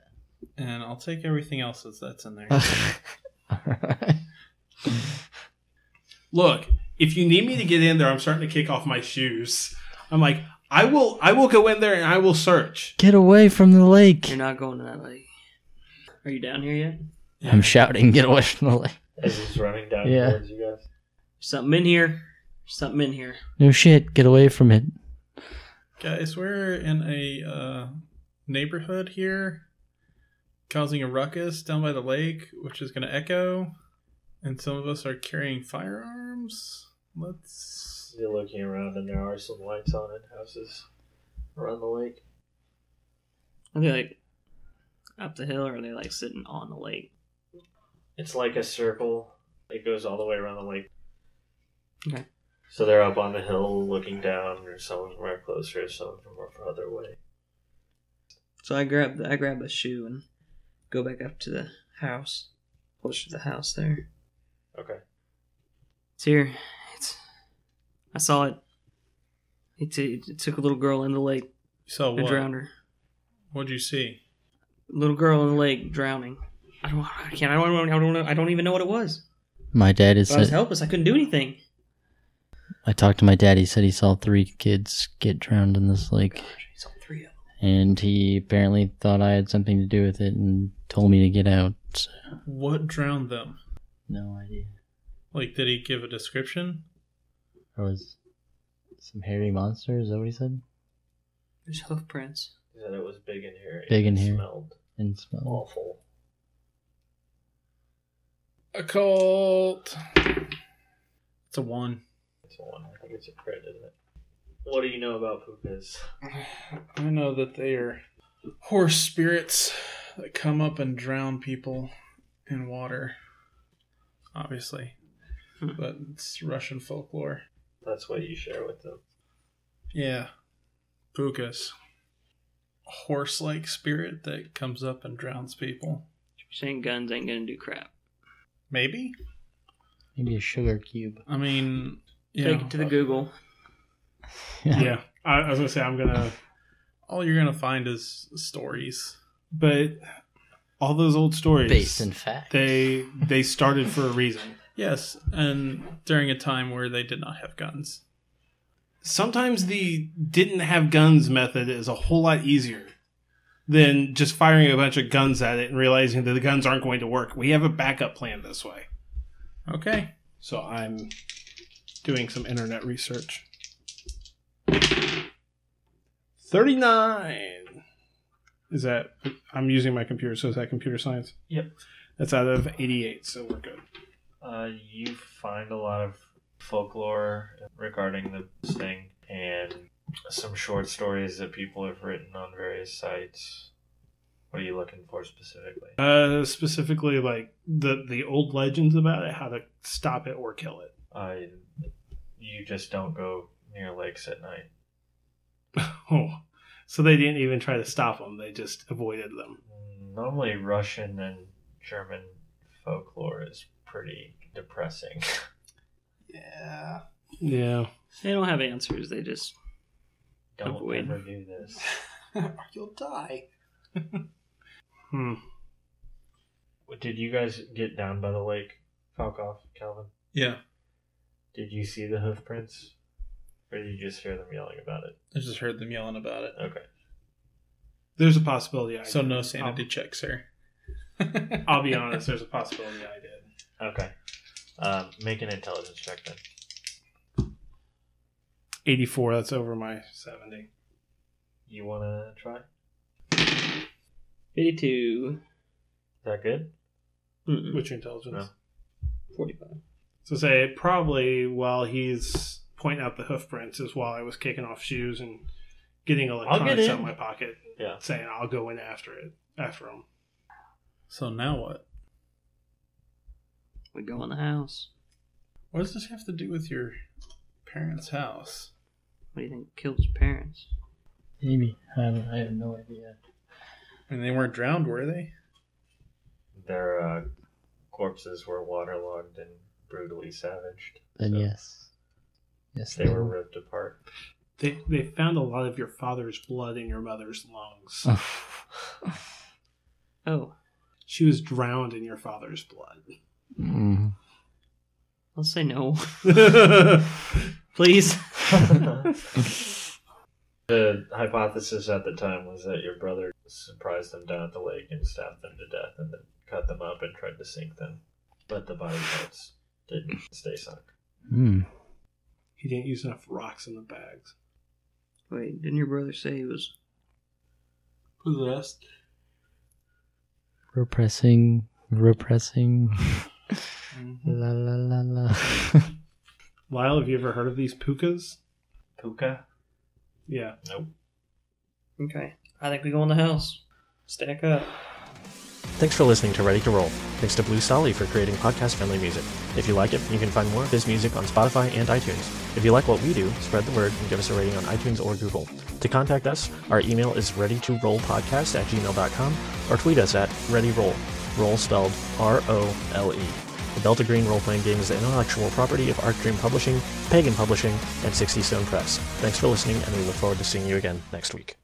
Speaker 6: and I'll take everything else that's- that's in there.
Speaker 8: Alright.
Speaker 10: Look, if you need me to get in there, I'm starting to kick off my shoes. I'm like, I will, I will go in there and I will search.
Speaker 8: Get away from the lake.
Speaker 5: You're not going to that lake. Are you down here yet?
Speaker 8: I'm shouting, get away from the lake.
Speaker 4: As he's running down
Speaker 8: Yeah.
Speaker 4: towards you guys.
Speaker 5: Something in here. Something in here.
Speaker 8: No shit, get away from it.
Speaker 6: Guys, we're in a uh, neighborhood here, causing a ruckus down by the lake, which is going to echo. And some of us are carrying firearms. Let's.
Speaker 4: You're looking around and there are some lights on in houses around the lake.
Speaker 5: Are they like up the hill, or are they like sitting on the lake?
Speaker 4: It's like a circle. It goes all the way around the lake.
Speaker 5: Okay.
Speaker 4: So they're up on the hill looking down, or some of them are closer, some of them are further away.
Speaker 5: So I grab I grab a shoe and go back up to the house, closer to the house there.
Speaker 4: Okay.
Speaker 5: It's here. It's. I saw it. It, t- it took a little girl in the lake
Speaker 6: You saw
Speaker 5: and
Speaker 6: what?
Speaker 5: drowned her.
Speaker 6: What'd you see?
Speaker 5: Little girl in the lake drowning. I don't. I can't. I don't. I don't. I don't, I don't even know what it was.
Speaker 8: My dad is.
Speaker 5: But I was helpless. I couldn't do anything.
Speaker 8: I talked to my dad. He said he saw three kids get drowned in this lake,
Speaker 5: It's all three of them.
Speaker 8: and he apparently thought I had something to do with it and told me to get out. So,
Speaker 6: What drowned them?
Speaker 8: no idea.
Speaker 6: Like, did he give a description?
Speaker 8: There was some hairy monster. Is that what he said?
Speaker 5: There's hoof prints.
Speaker 4: He said it was big in here. and
Speaker 8: Big in
Speaker 4: it
Speaker 8: here.
Speaker 4: smelled
Speaker 8: And smell.
Speaker 4: awful.
Speaker 6: Occult. It's a one.
Speaker 4: It's a one. I think it's a crit, isn't it? What do you know about pukas?
Speaker 6: I know that they are horse spirits that come up and drown people in water. Obviously. But it's Russian folklore.
Speaker 4: That's what you share with them.
Speaker 6: Yeah. Pukas. A horse like spirit that comes up and drowns people.
Speaker 5: Saying guns ain't gonna do crap.
Speaker 6: Maybe?
Speaker 8: Maybe a sugar cube.
Speaker 6: I mean, you
Speaker 5: Take
Speaker 6: know,
Speaker 5: it to the Google.
Speaker 10: Yeah, I, I was gonna say I'm gonna,
Speaker 6: all you're going to find is stories.
Speaker 10: but all those old stories
Speaker 8: Based in fact.
Speaker 10: they they started for a reason.
Speaker 6: Yes, and during a time where they did not have guns.
Speaker 10: Sometimes the didn't have guns method is a whole lot easier than just firing a bunch of guns at it and realizing that the guns aren't going to work. We have a backup plan this way.
Speaker 6: Okay.
Speaker 10: So I'm doing some internet research. 39. Is that I'm using my computer, so is that computer science?
Speaker 4: Yep.
Speaker 10: That's out of 88, so we're good.
Speaker 4: Uh, you find a lot of folklore regarding this thing and some short stories that people have written on various sites. What are you looking for specifically?
Speaker 10: Uh specifically like the the old legends about it, how to stop it or kill it.
Speaker 4: Uh, you just don't go near lakes at night.
Speaker 10: Oh. So they didn't even try to stop them, they just avoided them.
Speaker 4: Normally, Russian and German folklore is pretty depressing.
Speaker 6: Yeah.
Speaker 10: Yeah.
Speaker 5: They don't have answers. They just
Speaker 4: Don't
Speaker 5: Avoid.
Speaker 4: ever do this.
Speaker 6: or you'll die.
Speaker 10: Hmm.
Speaker 4: Did you guys get down by the lake, Falkoff, Calvin?
Speaker 6: Yeah.
Speaker 4: Did you see the hoof prints? Or did you just hear them yelling about it?
Speaker 6: I just heard them yelling about it.
Speaker 4: Okay.
Speaker 10: There's a possibility I
Speaker 6: So
Speaker 10: did.
Speaker 6: no sanity check, sir.
Speaker 10: I'll, I'll be honest, there's a possibility I did.
Speaker 4: Okay. Um, make an intelligence check then.
Speaker 10: 84, that's over my 70.
Speaker 4: You want to try? Is
Speaker 5: 52.
Speaker 4: that good?
Speaker 5: Mm-mm.
Speaker 10: What's your intelligence?
Speaker 4: No.
Speaker 5: 45.
Speaker 10: So say probably while he's pointing out the hoof prints is while I was kicking off shoes and getting electronics
Speaker 4: in.
Speaker 10: out of my pocket,
Speaker 4: Yeah.
Speaker 10: saying I'll go in after it after him.
Speaker 6: So now what?
Speaker 5: We go in the house.
Speaker 6: What does this have to do with your parents' house?
Speaker 5: What do you think killed his parents?
Speaker 8: Maybe. I, don't, I have no idea.
Speaker 6: I mean, they weren't drowned, were they?
Speaker 4: Their uh, corpses were waterlogged and brutally savaged.
Speaker 8: Then
Speaker 4: So
Speaker 8: yes. Yes,
Speaker 4: They were ripped apart.
Speaker 10: They they found a lot of your father's blood in your mother's lungs.
Speaker 8: were.
Speaker 11: Oh,
Speaker 10: She was drowned in your father's blood.
Speaker 8: Mm.
Speaker 11: I'll say no. Please.
Speaker 4: The hypothesis at the time was that your brother surprised them down at the lake and stabbed them to death and then cut them up and tried to sink them. But the body parts didn't stay sunk.
Speaker 8: Hmm.
Speaker 10: He didn't use enough rocks in the bags.
Speaker 11: Wait, didn't your brother say he was?
Speaker 6: Possessed.
Speaker 8: Repressing, repressing. la la la la.
Speaker 10: Lyle, have you ever heard of these pukas?
Speaker 4: Puka?
Speaker 10: Yeah.
Speaker 4: Nope.
Speaker 11: Okay, I think we go in the house. Stack up.
Speaker 1: Thanks for listening to Ready to Roll. Thanks to Blue Solly for creating podcast friendly music. If you like it, you can find more of his music on Spotify and iTunes. If you like what we do, spread the word and give us a rating on iTunes or Google. To contact us, our email is readytorollpodcast at gmail.com or tweet us at readyroll, roll spelled R O L E. The Delta Green role playing game is the intellectual property of Arc Dream Publishing, Pagan Publishing, and 60 Stone Press. Thanks for listening, and we look forward to seeing you again next week.